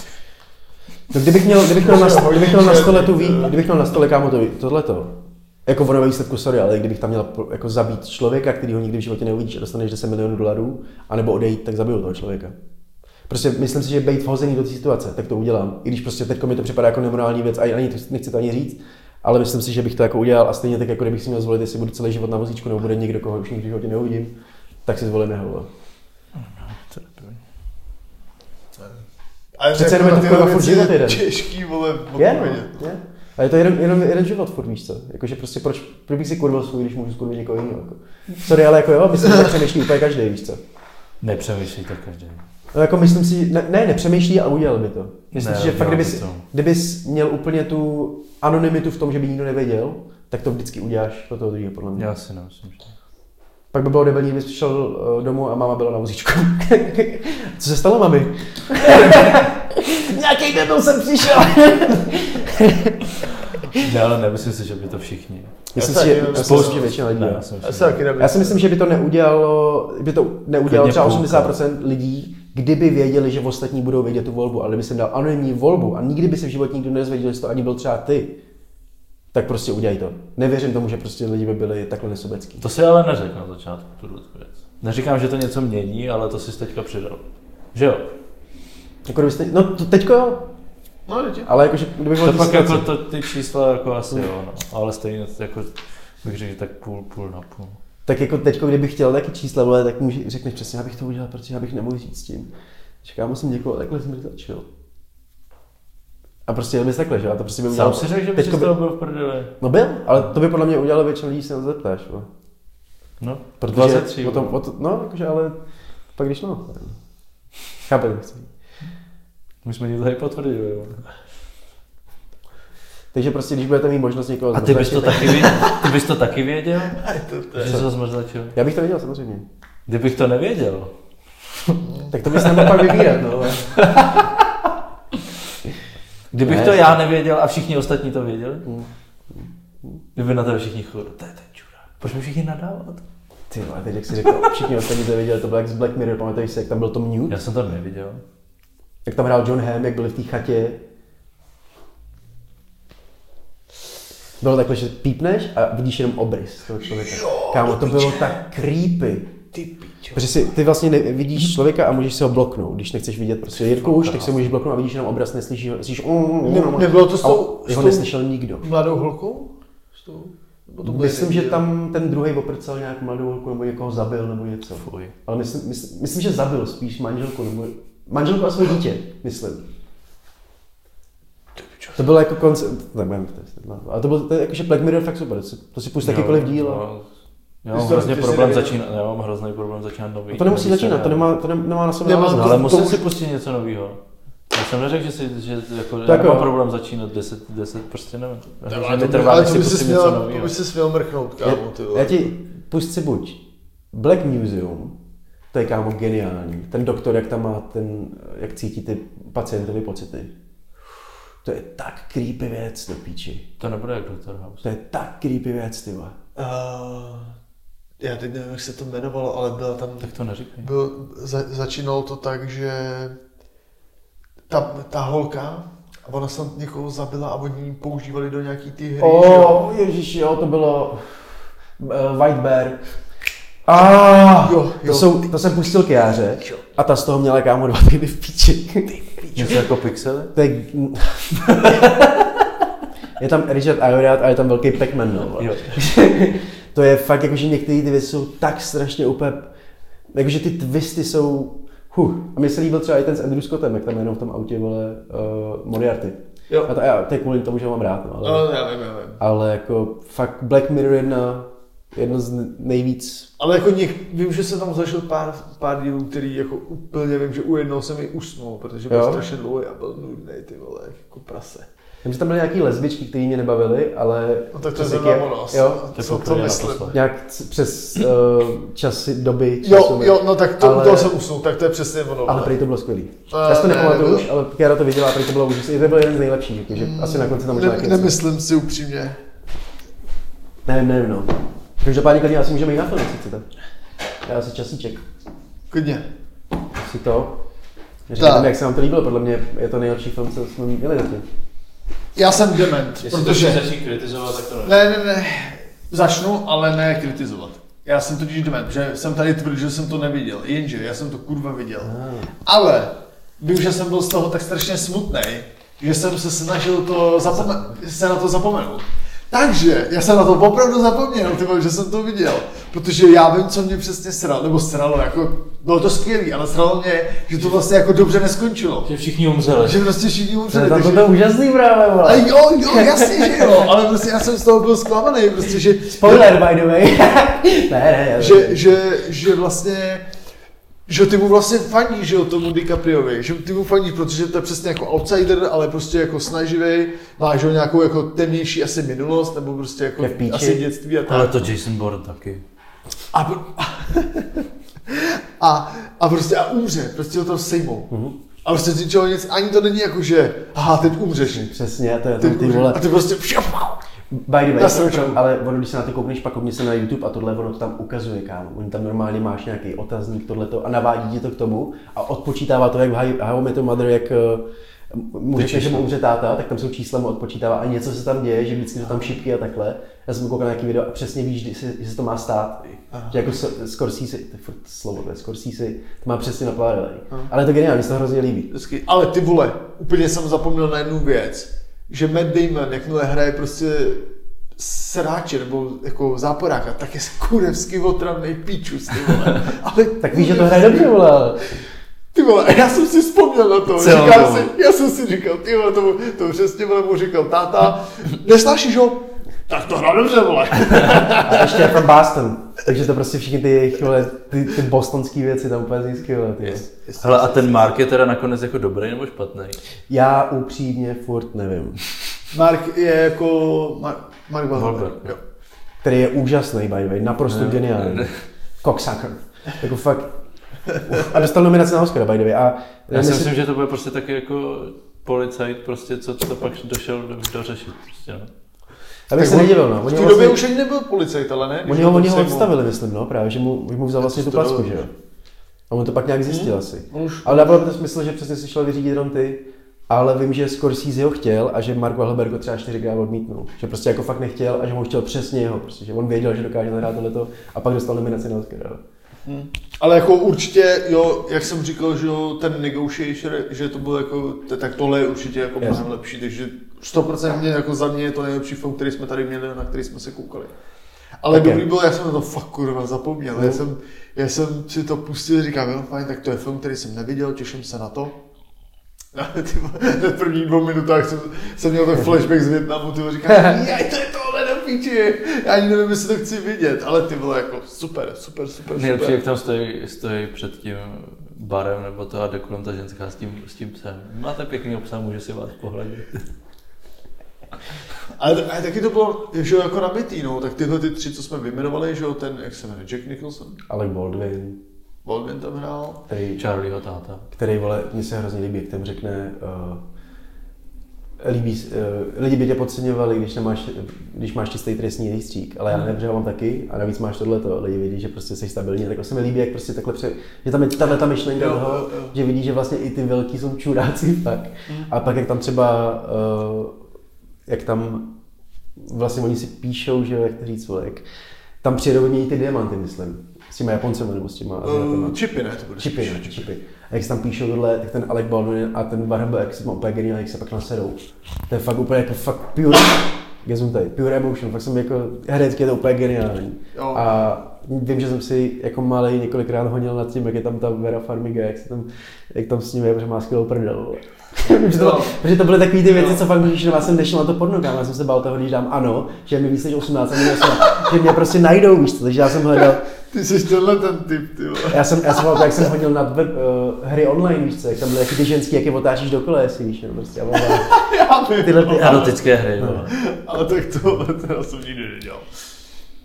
No, kdybych měl, kdybych měl, na, Hodně kdybych měl na černý, stole tu ty ví, vole. kdybych měl na stole kámo to ví, tohleto, jako ono ve výsledku, sorry, ale kdybych tam měl jako zabít člověka, který ho nikdy v životě neuvidíš a dostaneš 10 milionů dolarů, anebo odejít, tak zabiju toho člověka. Prostě myslím si, že být vhozený do té situace, tak to udělám. I když prostě teď mi to připadá jako nemorální věc a ani to- nechci to ani říct, ale myslím si, že bych to jako udělal a stejně tak, jako kdybych si měl zvolit, jestli budu celý život na vozíčku nebo bude někdo, koho už nikdy v životě neuvidím, tak si zvolím jeho. vole. To je debilní. Ale Přece jako jenom je to tyhle kurva furt věci život je jeden. Těžký, vole, Je, odpovědět. no, je. A je to jeden, jenom jeden život furt, víš co? Jakože prostě proč, proč bych si kurvil svůj, když můžu skurvit někoho jiného? Jako. Sorry, ale jako jo, myslím, že tak přemýšlí úplně každý, víš co? Nepřemýšlí to každý. No jako myslím si, ne, ne nepřemýšlí a udělal by to. Myslím Ne, si, že fakt, udělal by kdybys, to. kdybys měl úplně tu anonymitu v tom, že by nikdo nevěděl, tak to vždycky uděláš pro toho druhého, podle mě. Já si nemyslím, že... Pak by bylo debilní, kdyby jsi šel eh, domů a máma byla na vozíčku. Co se stalo, mami? Nějaký debil jsem přišel. Ne, ale nemyslím si, že by to všichni. Myslím Já si, se že taky- spoustu většina lidí. Ne, jo. já jsem Já se taky nevím. Já si myslím, že by to neudělalo, by to neudělalo Klidně třeba půlka. 80% lidí, kdyby věděli, že ostatní budou vědět tu volbu, ale kdyby jsem dal anonymní volbu a nikdy by se v životě nikdo nezvěděl, jestli to ani byl třeba ty, tak prostě udělej to. Nevěřím tomu, že prostě lidi by byli takhle nesobecký. To si ale neřekl na začátku, tuhle tu věc. Neříkám, že to něco mění, ale to jsi teďka přidal. Že jo? Jako kdybyste, no to teďko jo, No, lidi. ale jakože kdybych byl To v té pak situaci- jako to, ty čísla jako asi jo, no. Ale stejně to jako bych řekl, že tak půl, půl na půl. Tak jako teď, kdybych chtěl taky čísla, vole, tak může, řekneš přesně, abych to udělal, protože já bych nemohl říct s tím. Čekám, jsem někoho, takhle jsem začal. A prostě jenom takhle, že? jo? A to prostě by Sám udělal. si řekl, že bys teďko z by... toho byl v prdeli. No byl, ale to by podle mě udělalo většinu lidí, se na to zeptáš. Jo? No, Protože 23. o tom, o to, no, jakože, ale pak když no. Chápete, co chci říct. My jsme ti to tady potvrdili, jo. Takže prostě, když budete mít možnost někoho A ty bys zmrzačit, to tak- taky věděl? Ty bys to taky věděl? Že jsi Co? to zmrzačil? Já bych to viděl samozřejmě. Kdybych to nevěděl. Tak to bys nemohl pak vybírat, no. ale- Kdybych Ne. to já nevěděl a všichni ostatní to věděli. Kdyby na to všichni chodili, to je ten čurák. Proč mi všichni nadávat? Ty vole, teď jak jsi řekl, všichni ostatní to viděli, to bylo jak z Black Mirror, pamatuješ si, jak tam byl Tom Newt? Já jsem to neviděl. Jak tam hrál John Hamm, jak byli v té chatě. Bylo takhle, že pípneš a vidíš jenom obrys toho člověka. Kámo, to bylo tak creepy. Protože si, ty vlastně ne, vidíš člověka a můžeš si ho bloknout, když nechceš vidět prostě Jirku už, tak si ho můžeš bloknout a vidíš jenom obraz, neslyšíš ho, slyšíš "Mm, Ne- nebylo to s A tou- s Jeho tou- neslyšel nikdo. Mladou holkou? S tou? Nebo to byl Myslím, jeden že díl? tam ten druhý oprcal nějak mladou holku nebo někoho zabil nebo něco. Fuj. Ale myslím, myslím, myslím, že zabil spíš manželku nebo manželku a svoje dítě, myslím. To bylo jako koncept, tak budeme to jestli- no. Ale to byl to je jakože Black Mirror fakt super, to si, to si pust jakýkoliv díl. a- no. Já mám Ty jsi to- hrozně ty jsi problém nevěděl. začínat, já mám hrozný problém začínat nový. A to nemusí nový začínat, to seriál. nemá, to nem- nemá na sebe no, Nemá- návaznost. No, ale to- musím to si už- pustit něco nového. Já jsem neřekl, že, si, že jako, já Tak nemám jo. problém začínat 10, 10 prostě nevím. Ale Hrozně to mi by- trvá, ale než to si by ses pustím něco měl, to nového. by ses měl mrknout, kámo, ty Já vole. ti pust si buď Black Museum, to je kámo geniální. Ten doktor, jak tam má ten, jak cítí ty pacientovi pocity. To je tak creepy věc do píči. To nebude jak Doctor House. To je tak creepy věc, ty vole. Eh, já teď nevím, jak se to jmenovalo, ale byla tam... Tak to neříkej. Byl, za, začínalo to tak, že ta, ta holka, a ona snad někoho zabila a oni ji používali do nějaký ty hry, Oh. že jo? O, ježiš, jo, to bylo eh, White Bear. Ah, Jo, To, jo. jsou, to jsem pustil k jáře a ta z toho měla kámo dva týdny v píči. Něco jako pixely? To je... je tam Richard Ayorat a je tam velký Pac-Man, no. vole. Jo. to je fakt, jakože některé ty věci jsou tak strašně úplně... Jakože ty twisty jsou... Huh. A mně se líbil třeba i ten s Andrew Scottem, jak tam jenom v tom autě, vole, uh, Moriarty. Jo. A to, já, to je kvůli tomu, že ho mám rád, no, ale... No, já vím, já vím. Ale jako fakt Black Mirror jedna, jedno z nejvíc. Ale jako něk, vím, že se tam zašel pár, pár dílů, který jako úplně vím, že u jednoho jsem i usnul, protože byl Jo? strašně dlouhý a byl nudný ty vole, jako prase. Vím, že tam byly nějaké lesbičky, které mě nebavily, ale... No tak to je přes zrovna jaký- ono asi. Jo, To je co, co poprvé myslím. naposled. nějak c- přes uh, časy, doby, Jo, časové. jo, no tak to, Ale- ale... toho jsem usnul, tak to je přesně ono. Ale vole. prý to bylo skvělý. Eh, Já si to ne, nepamatuju nebylo. už, ale Kiara to viděla a prý to bylo úžasné. To byl jeden z nejlepších, takže asi na konci tam možná ne, nějaký- nemyslím si upřímně. Nevím, nevím, no. Každopádně klidně asi můžeme jít na film, jestli chcete. Já si časíček. Klidně. Asi to. Říkám, Tak. jak se vám to líbilo, podle mě je to nejlepší film, co jsme měli zatím. Já jsem dement, protože... začít kritizovat, tak to ne. Ne, ne, ne. Začnu, ale ne kritizovat. Já jsem totiž dement, že jsem tady tvrdil, že jsem to neviděl. Jenže já jsem to kurva viděl. Ale vím, že jsem byl z toho tak strašně smutný, že jsem se snažil to zapome- se na to zapomenout. Takže já jsem na to opravdu zapomněl, ty vole, že jsem to viděl. Protože já vím, co mě přesně sralo, nebo sralo, jako, bylo to skvělé, ale sralo mě, že to vlastně jako dobře neskončilo. Že všichni umřeli. Že prostě všichni umřeli. Ne, tam takže- to bylo úžasný právě, ale vole. jo, jo, jasně, že jo, ale prostě já jsem z toho byl zklamaný, prostě, že, Spoiler, by the way. ne, ne, ne. že, že, že vlastně, že ty mu vlastně fandíš, že jo, tomu DiCapriovi, že ty mu fandíš, protože to je přesně jako outsider, ale prostě jako snaživý, má, že jo, nějakou jako temnější asi minulost, nebo prostě jako Je v píči. asi dětství a tak. Ale to Jason Bourne taky. A, Mhm. pr- a, a prostě a umře, prostě ho tam sejmou. A prostě z ničeho nic, ani to není jako, že aha, teď umřeš. Přesně, to je Teď tam ty umřeš. vole. A ty prostě By the way, Na sračku. ale ono, když se na to koukneš pak mě se na YouTube a tohle, ono to tam ukazuje, kámo. Oni tam normálně máš nějaký otazník, tohleto a navádí tě to k tomu a odpočítává to, jak v How- How I Met Your Mother, jak eh, mu řekne, že mu umře táta, tak tam jsou čísla, mu odpočítává a něco se tam děje, že vždycky jsou tam šipky a takhle. Já jsem koukal na nějaký video a přesně víš, kdy se, že se to má stát. Že jako se- Scorsese, to je furt slovo, to je Scorsese, to má přesně naplánovaný. Ale je to geniální, mně se to hrozně líbí. Vždycky, ale ty vole, úplně jsem zapomněl na jednu věc, že Matt Damon, jakmile hraje prostě sráče nebo jako záporáka, tak je kurevský otravnej píčus, ty vole. Ale Tak víš, že to hraje dobře, vole. ale- Ty vole, já jsem si vzpomněl na to, Co on říkal to- si, já jsem si říkal, ty vole, to, to přesně vole, mu říkal, táta, nesnášíš ho? Tak to hrá dobře, vole. A ještě je from Boston. Takže to prostě všichni ty jejich, vole, ty, ty bostonský věci tam úplně zní skvěle, ty. Yes. Hele, a ten Mark je teda nakonec jako dobrý nebo špatný? Já upřímně furt nevím. Mark je jako, Mar- Mark Wahlberg. Wahlberg. No, jo. Který je úžasný, by the way, naprosto geniální. ne. Cocksucker. Jako fakt. A dostal nominaci na Oscara, by the way. A Já si myslím- myslím, že to bude prostě taky jako policajt, prostě co to pak došel do, dořešit. Prostě, no. já bych Tak se on- nedivil, no. V Oni té ho době vlastně, už ani nebyl policajt, ale ne? když oni ho, byl oni ho Seymour. odstavili, myslím, no, právě, že mu, že mu vzal vlastně tu To bylo- placku, že jo. A on to pak nějak zjistil asi. Už- Ale dávalo by to smysl, že přesně si šel vyřídit jenom ty. Ale vím, že Scorsese ho chtěl a že Mark Wahlberg ho třeba čtyřikrát odmítnul. Že prostě jako fakt nechtěl a že mu chtěl přesně jeho. Prostě, že on věděl, že dokáže zahrát tohleto a pak dostal nominaci na Oscar. ale- Ale jako určitě, jo, jak jsem říkal, že jo, ten negotiator, že to bylo jako, t- tak tohle je určitě jako Jasně. mnohem lepší, takže 100% jako za mě je to nejlepší film, který jsme tady měli, na který jsme se koukali. Ale Také. okay. dobrý byl, já jsem na to fakt kurva zapomněl, já, jsem, já jsem si to pustil, říkám, jo, fajn, tak to je film, který jsem neviděl, těším se na to. A ty vole, v prvních dvou minutách jsem, jsem měl ten flashback z Větnamu, ty vole, říkám, jaj, to je tohle do píči, já ani nevím, jestli to chci vidět, ale ty vole, jako super, super, super, Nejlepší, super. jak tam stojí, stojí před tím barem nebo to a jde kolem ta ženská s tím, s tím psem. Máte pěkný psa, může si vás pohledit. Ale, ale taky to bylo, že jo, jako nabitý, no, tak tyhle ty tři, co jsme vyjmenovali, že jo, ten, jak se jmenuje, Jack Nicholson, Alec Baldwin, Baldwin tam hrál, který, Charlieho táta. který vole, mně se hrozně líbí, jak tam řekne, uh, líbí, s- eh, lidi by tě podceňovali, když, nemáš, když máš čistý trestní rejstřík, ale já Hmm. nevím, že já mám taky a navíc máš tohleto, lidi vidí, že prostě jsi stabilní, tak se mi líbí, jak prostě takhle, pře... že tam je tahle ta myšlenka Jo, toho, jo, jo. Hmm. že vidí, že vlastně i ty velký jsou čuráci tak. A pak jak tam třeba, eh, jak tam vlastně oni si píšou, že jo, jak to říct, vole, jak tam přijedou vyměnit ty diamanty, myslím, s těma Japoncema nebo s těma Aziatama. uh, Chipy, ne, to bude Čipy, Chipy, ne, čipy. no, A jak se tam píšou tohle, tak ten Alec Baldwin a ten Varhebek se tam úplně geniální, jak se pak nasedou. To je fakt úplně jako fakt pure, gesundaj, pure emotion, fakt jsem jako, herecky je to úplně geniální. Jo. A vím, že jsem si jako malý několikrát honil nad tím, jak je tam ta Vera Farmiga, jak, se tam, jak tam s ním je, protože má skvělou prdel. vole. Vím, že to, Jo. protože to byly takové ty věci, Jo. co fakt můžeš, já jsem nešel na to porno, kámo, já jsem se bál toho, když dám ano, že mi víc než 18 a mě 18, že mě prostě najdou, víš co, takže já jsem hledal, Ty jsi tenhle ten typ, ty vole. já jsem, já jsem, jak jsem hodil na web, uh, hry online, víš co, jak tam byly jaký ty ženský, jak je otáčíš dokola, jestli víš, no prostě, ale Já vím, tyhle ty, ale, Erotické hry, no. ale tak tohle teda jsem nikdy nedělal.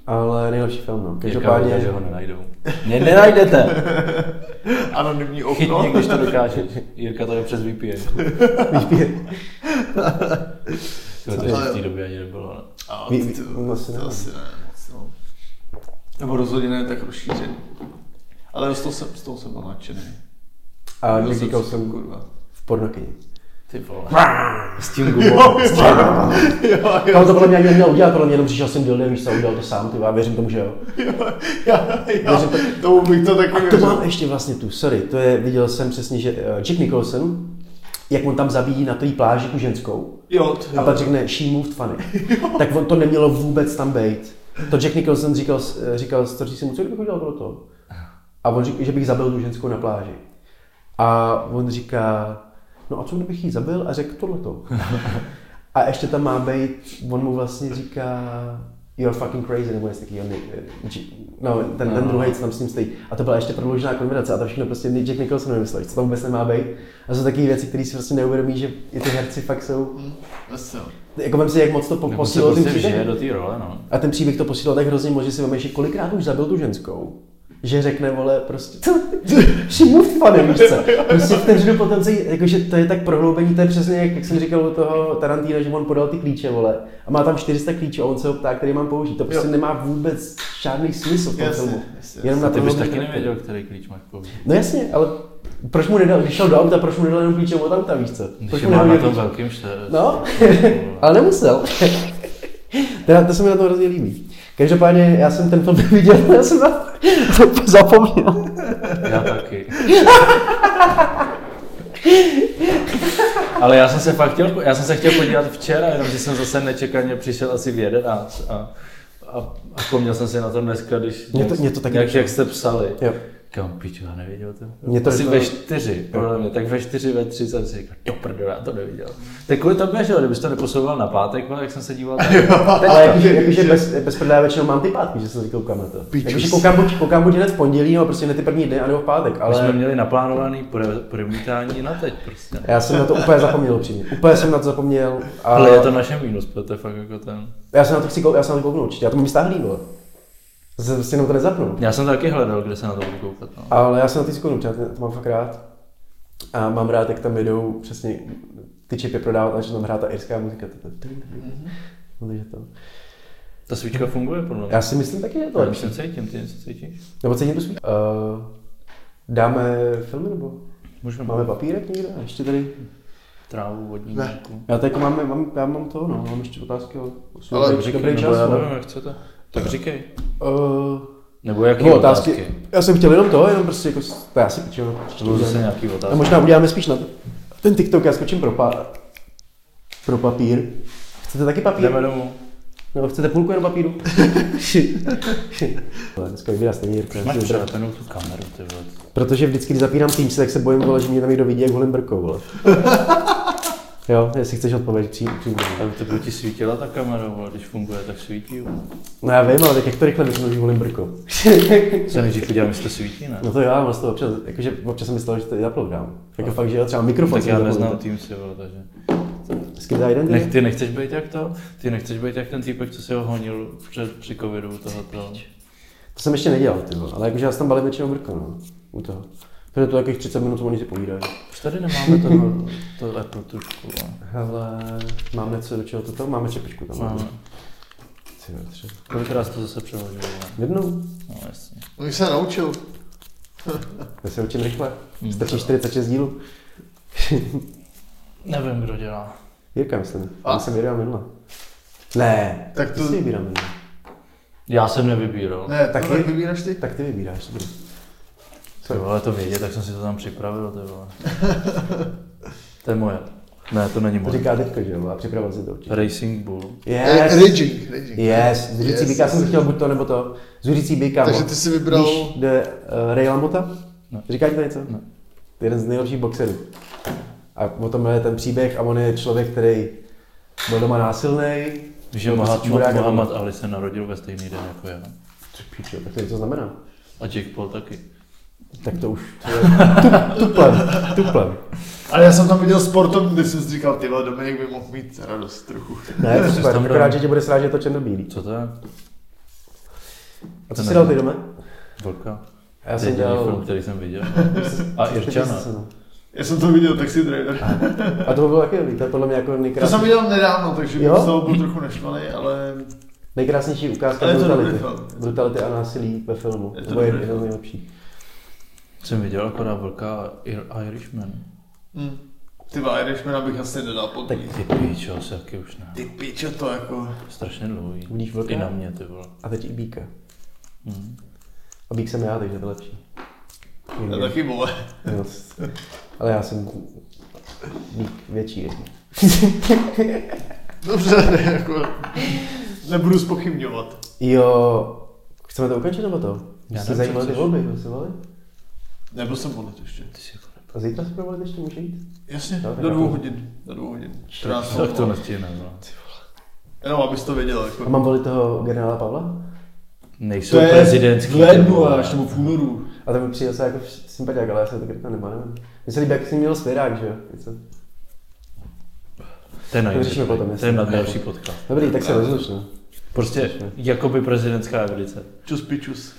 ale nejlepší film, no, Jaká každopádně, viděl, že ho nenajdou. Ne, nenajdete. Anonymní Chytni, okno. když to dokážeš. Jirka to je přes VPN. Tyhle, to ještě v té době ani nebylo. Ne? A Ví- ví- ty, ty, no, asi to ne. asi ne, moc, no. Nebo rozhodně ne tak rozšířený. Ale z toho jsem, z toho jsem byl nadšený. a Byl Jack jsem- Nicholson kurva. v pornokyni. Ty vole. S tím gubou. Jo, jo, Kam to podle mě ani neměl udělat, podle mě jenom přišel jsem dilde, víš co, udělal to sám, ty vole, já věřím tomu, že jo. já, já, tomu bych to taky A to věřil. mám ještě vlastně tu, sorry, to je, viděl jsem přesně, že eh, Jack Nicholson, jak on tam zabíjí na té pláži tu ženskou, Jo, to A jo. pak řekne, she moved funny. tak on to nemělo vůbec tam být. To Jack Nicholson říkal, říkal starší si mu, co kdybych udělal tohle to? A on říká, že bych zabil tu ženskou na pláži. A on říká, no a co kdybych jí zabil a řekl tohleto. a ještě tam má být, on mu vlastně říká, you're fucking crazy, nebo něco takového. ne- či- No, ten, ten druhý, co tam s ním stojí. A to byla ještě prodloužená konverzace a to všechno prostě Jack Nicholson vymyslel, co tam vůbec nemá být. A jsou takové věci, které si prostě neuvědomí, že i ty herci fakt jsou Asi jo. jako vem si, jak moc to po- Nebo se posílilo ten prostě žije příběh. do té role, no. A ten příběh to posílal tak hrozně moc, že si vemeš, že kolikrát už zabil tu ženskou. že řekne, vole, prostě, co? She moved funny, víš co? Prostě vteřinu potom se, jí- jakože to je tak prohloubení, to je přesně, jak, jak jsem říkal u toho Tarantína, že on podal ty klíče, vole, a má tam 400 klíčů a on se ho ptá, který mám použít. To prostě Jo. nemá vůbec žádný smysl v tom Jasně, filmu. jasně, Jenom na Ty bys prohloubení taky charakteru. nevěděl, který klíč máš použít. No jasně, ale proč mu nedal, když šel do auta, proč mu nedal jenom klíče od auta, víš co? Proč Když mu má nedal na klíče? tom velkým šte. No, ale nemusel. Teda, to se mi na tom hrozně líbí. Každopádně, já jsem ten film viděl, já jsem na to zapomněl. Já taky. Ale já jsem se fakt chtěl, já jsem se chtěl podívat včera, jenomže jsem zase nečekaně přišel asi v 11 a, a, a poměl jsem si na to dneska, když Mě to- mě to taky jak, došlo. jak jste psali. Jo. Kam piču, já neviděl to. Mě to asi došlo- ve čtyři, podle mě, tak ve čtyři, ve tři jsem si říkal, do prdele, já to neviděl. Tak kvůli tobě, že jo, kdybys to neposouval na pátek, ale jak jsem se díval, tak... Ale jakože, jakože bez, bez prodá většinou mám ty pátky, že se tady koukám na to. Pičus. Jakože koukám buď, koukám buď hned v pondělí, nebo prostě hned ty první dny, anebo v pátek, My jsme ale měli naplánovaný pre- promítání na teď prostě. já jsem na to úplně zapomněl upřímně. Úplně jsem na to zapomněl. A Ale je to naše mínus, protože to je fakt jako ten... Já se na to chci kou- já se na to kouknu určitě, já to mám stáhlý, vole. Z- Prostě jenom to nezapnu. Já jsem taky hledal, kde se na to budu koukat. No. Ale já jsem na ty skonu, já to mám fakt rád. A mám rád, jak tam jedou přesně ty čipy prodávat, a že tam hrá ta irská muzika. To- to- Takže to. Ta svíčka funguje podle mě. Já si myslím taky, že to Já je už lepší. se cítím, ty něco cítíš? Nebo cítím tu svůj. Uh, dáme filmy nebo? Můžeme. Máme papírek někde? Ještě tady. trávu, vodní Ne. mlíku. Já tady jako máme, mám, já mám to, no, mám ještě otázky o o- Ale dobrý- Říkej, dobrý nebo já čas. no. nevím, jak chcete. Tak říkej. Eh, Nebo jaký nebo otázky? otázky. Já jsem chtěl jenom to, jenom prostě jako, s- to já si piču. no. To budou zase nějaký otázky. A možná uděláme spíš na to. ten TikTok, já skočím pro, pa, pro papír. Chcete taky papír? Jdeme domů. Nebo chcete půlku jenom papíru? Ale Dneska vyvíjá stejně Jirko, já Máš si to- přelepenou tu kameru, ty vole. Protože vždycky, když zapínám Teams, tak se bojím, vole, že mě tam někdo vidí, jak holím brkou, vole. Jo, jestli chceš odpověď, přijím, přijím. Ale to by ti svítila ta kamera, vole. Když funguje, tak svítí. vole. No já vím, ale tak jak to rychle myslím, že holím brkou. Co nejdřív udělám, jestli to svítí, ne? No to já mám z toho občas, jakože občas jsem myslel, že to já ploudám. Jako fakt, že jo, třeba mikrofon Tak jsem já zapomněl. neznám tým si, vole, takže. Skvělý identity. Nech, ty nechceš být jak to? Ty nechceš být jak ten týpek, co si ho honil před, při covidu tohoto. To jsem ještě nedělal, ty vole, ale jakože já se tam balím většinou brko, no, u toho. Protože to takových 30 minut, co oni si povídají. Už tady nemáme toho, to Apple no. tušku. vole. Hele, máme co do čeho toto? Máme čepičku tam. Máme. Ty vole, tři. Kolikrát jsi to zase přehodil? vole? Jednou. No jasně. On se naučil. Já se učím rychle. Hmm. Stačí 46 dílů. Nevím, kdo dělá. Jirka, myslím. A? A? Já jsem Jirka minule. Ne, Tak ty to- si vybírám minule. Já jsem nevybíral. Ne, tak No. Taky? to tak vybíráš ty. Tak ty vybíráš, dobrý. Ty vole, to vědět, tak jsem si to tam připravil, ty vole. to je moje. Ne, to není To moje. říká teďka, že jo, a připravil si to určitě. Racing Bull. Eh, Yes, Ridging, ridging. yes, zuřící Yes. býka jsem chtěl buď to, nebo to. Zuřící býka, Takže mo- ty jsi vybral- Víš, jde uh, Ray Lambota? Ne. Říká ti to něco? Ne. To je jeden z nejlepších boxerů. A o tom je ten příběh a on je člověk, který byl doma násilný. Víš, No, že Mahatma Muhammad Ali se narodil ve stejný den jako já. Píčo, tak to něco znamená. A Jake Paul taky. Tak to už. to je tup- Tuplem, tuplem. Ale já jsem tam viděl sportovní, kde jsem si říkal, ty vole, Dominik by mohl mít radost trochu. Ne, to jsi super, tam akorát, dal. že tě bude srážet to černobílý. Co to je? A co To jsi nevím. dal ty doma? Vlka. A Já To je jsem jediný film, dělal... no. který jsem viděl. A Irčana. Já jsem to viděl, taxi driver. A to bylo taky dobrý, to je podle mě jako To jsem nejkrásnější, viděl nedávno, takže Jo? jo? z toho byl trochu naštvaný, ale nejkrásnější ukázka Ale je to dobrý brutality. film. Brutality a násilí ve filmu. Je to To je dobrý jeden z film. nejlepších. Jsem viděl akorát Vlka a Ir- Irishman. hm, ty vole, Irishmana bych asi nedal pod Tak- ní. Ty píčo, asi taky už ne. Ty pičo to jako... Strašně dlouhý. Vidíš Vlka? I na mě, ty vole. A teď i Bíka. Mhm. A Bík jsem já, takže to je lepší. To Jiný. je taky vole. Jo, s- Ale já jsem Bík větší. je. Dobře, ne, jako... Nebudu spochybňovat. Jo, chceme to ukončit nebo to? Já Jsi nevím, zajímavé co ty chceš. volby, kdo se volí? Nebyl jsem volit ještě. Ty si jako A zítra se provolit ještě může jít? Jasně, Jo, tak do já dvou to- hodin. Do dvou hodin. 14 Tak to nestihne, no. Jenom abys to věděl, jako. A mám volit toho generála Pavla? Nejsou prezidentský. v ty lednu vole. až nebo v únoru. A to mi přijde se jako sympatiák, ale já jsem taky to nemá, nevím. Mně se líbí, jak jsi měl svěrák, že jo? Něco. To je na To jiný řešíme podcast. potom, To je jasně. na další podcast. Dobrý, tak se rozluč, no. Prostě jakoby prezidentská evidence. Čus pičus.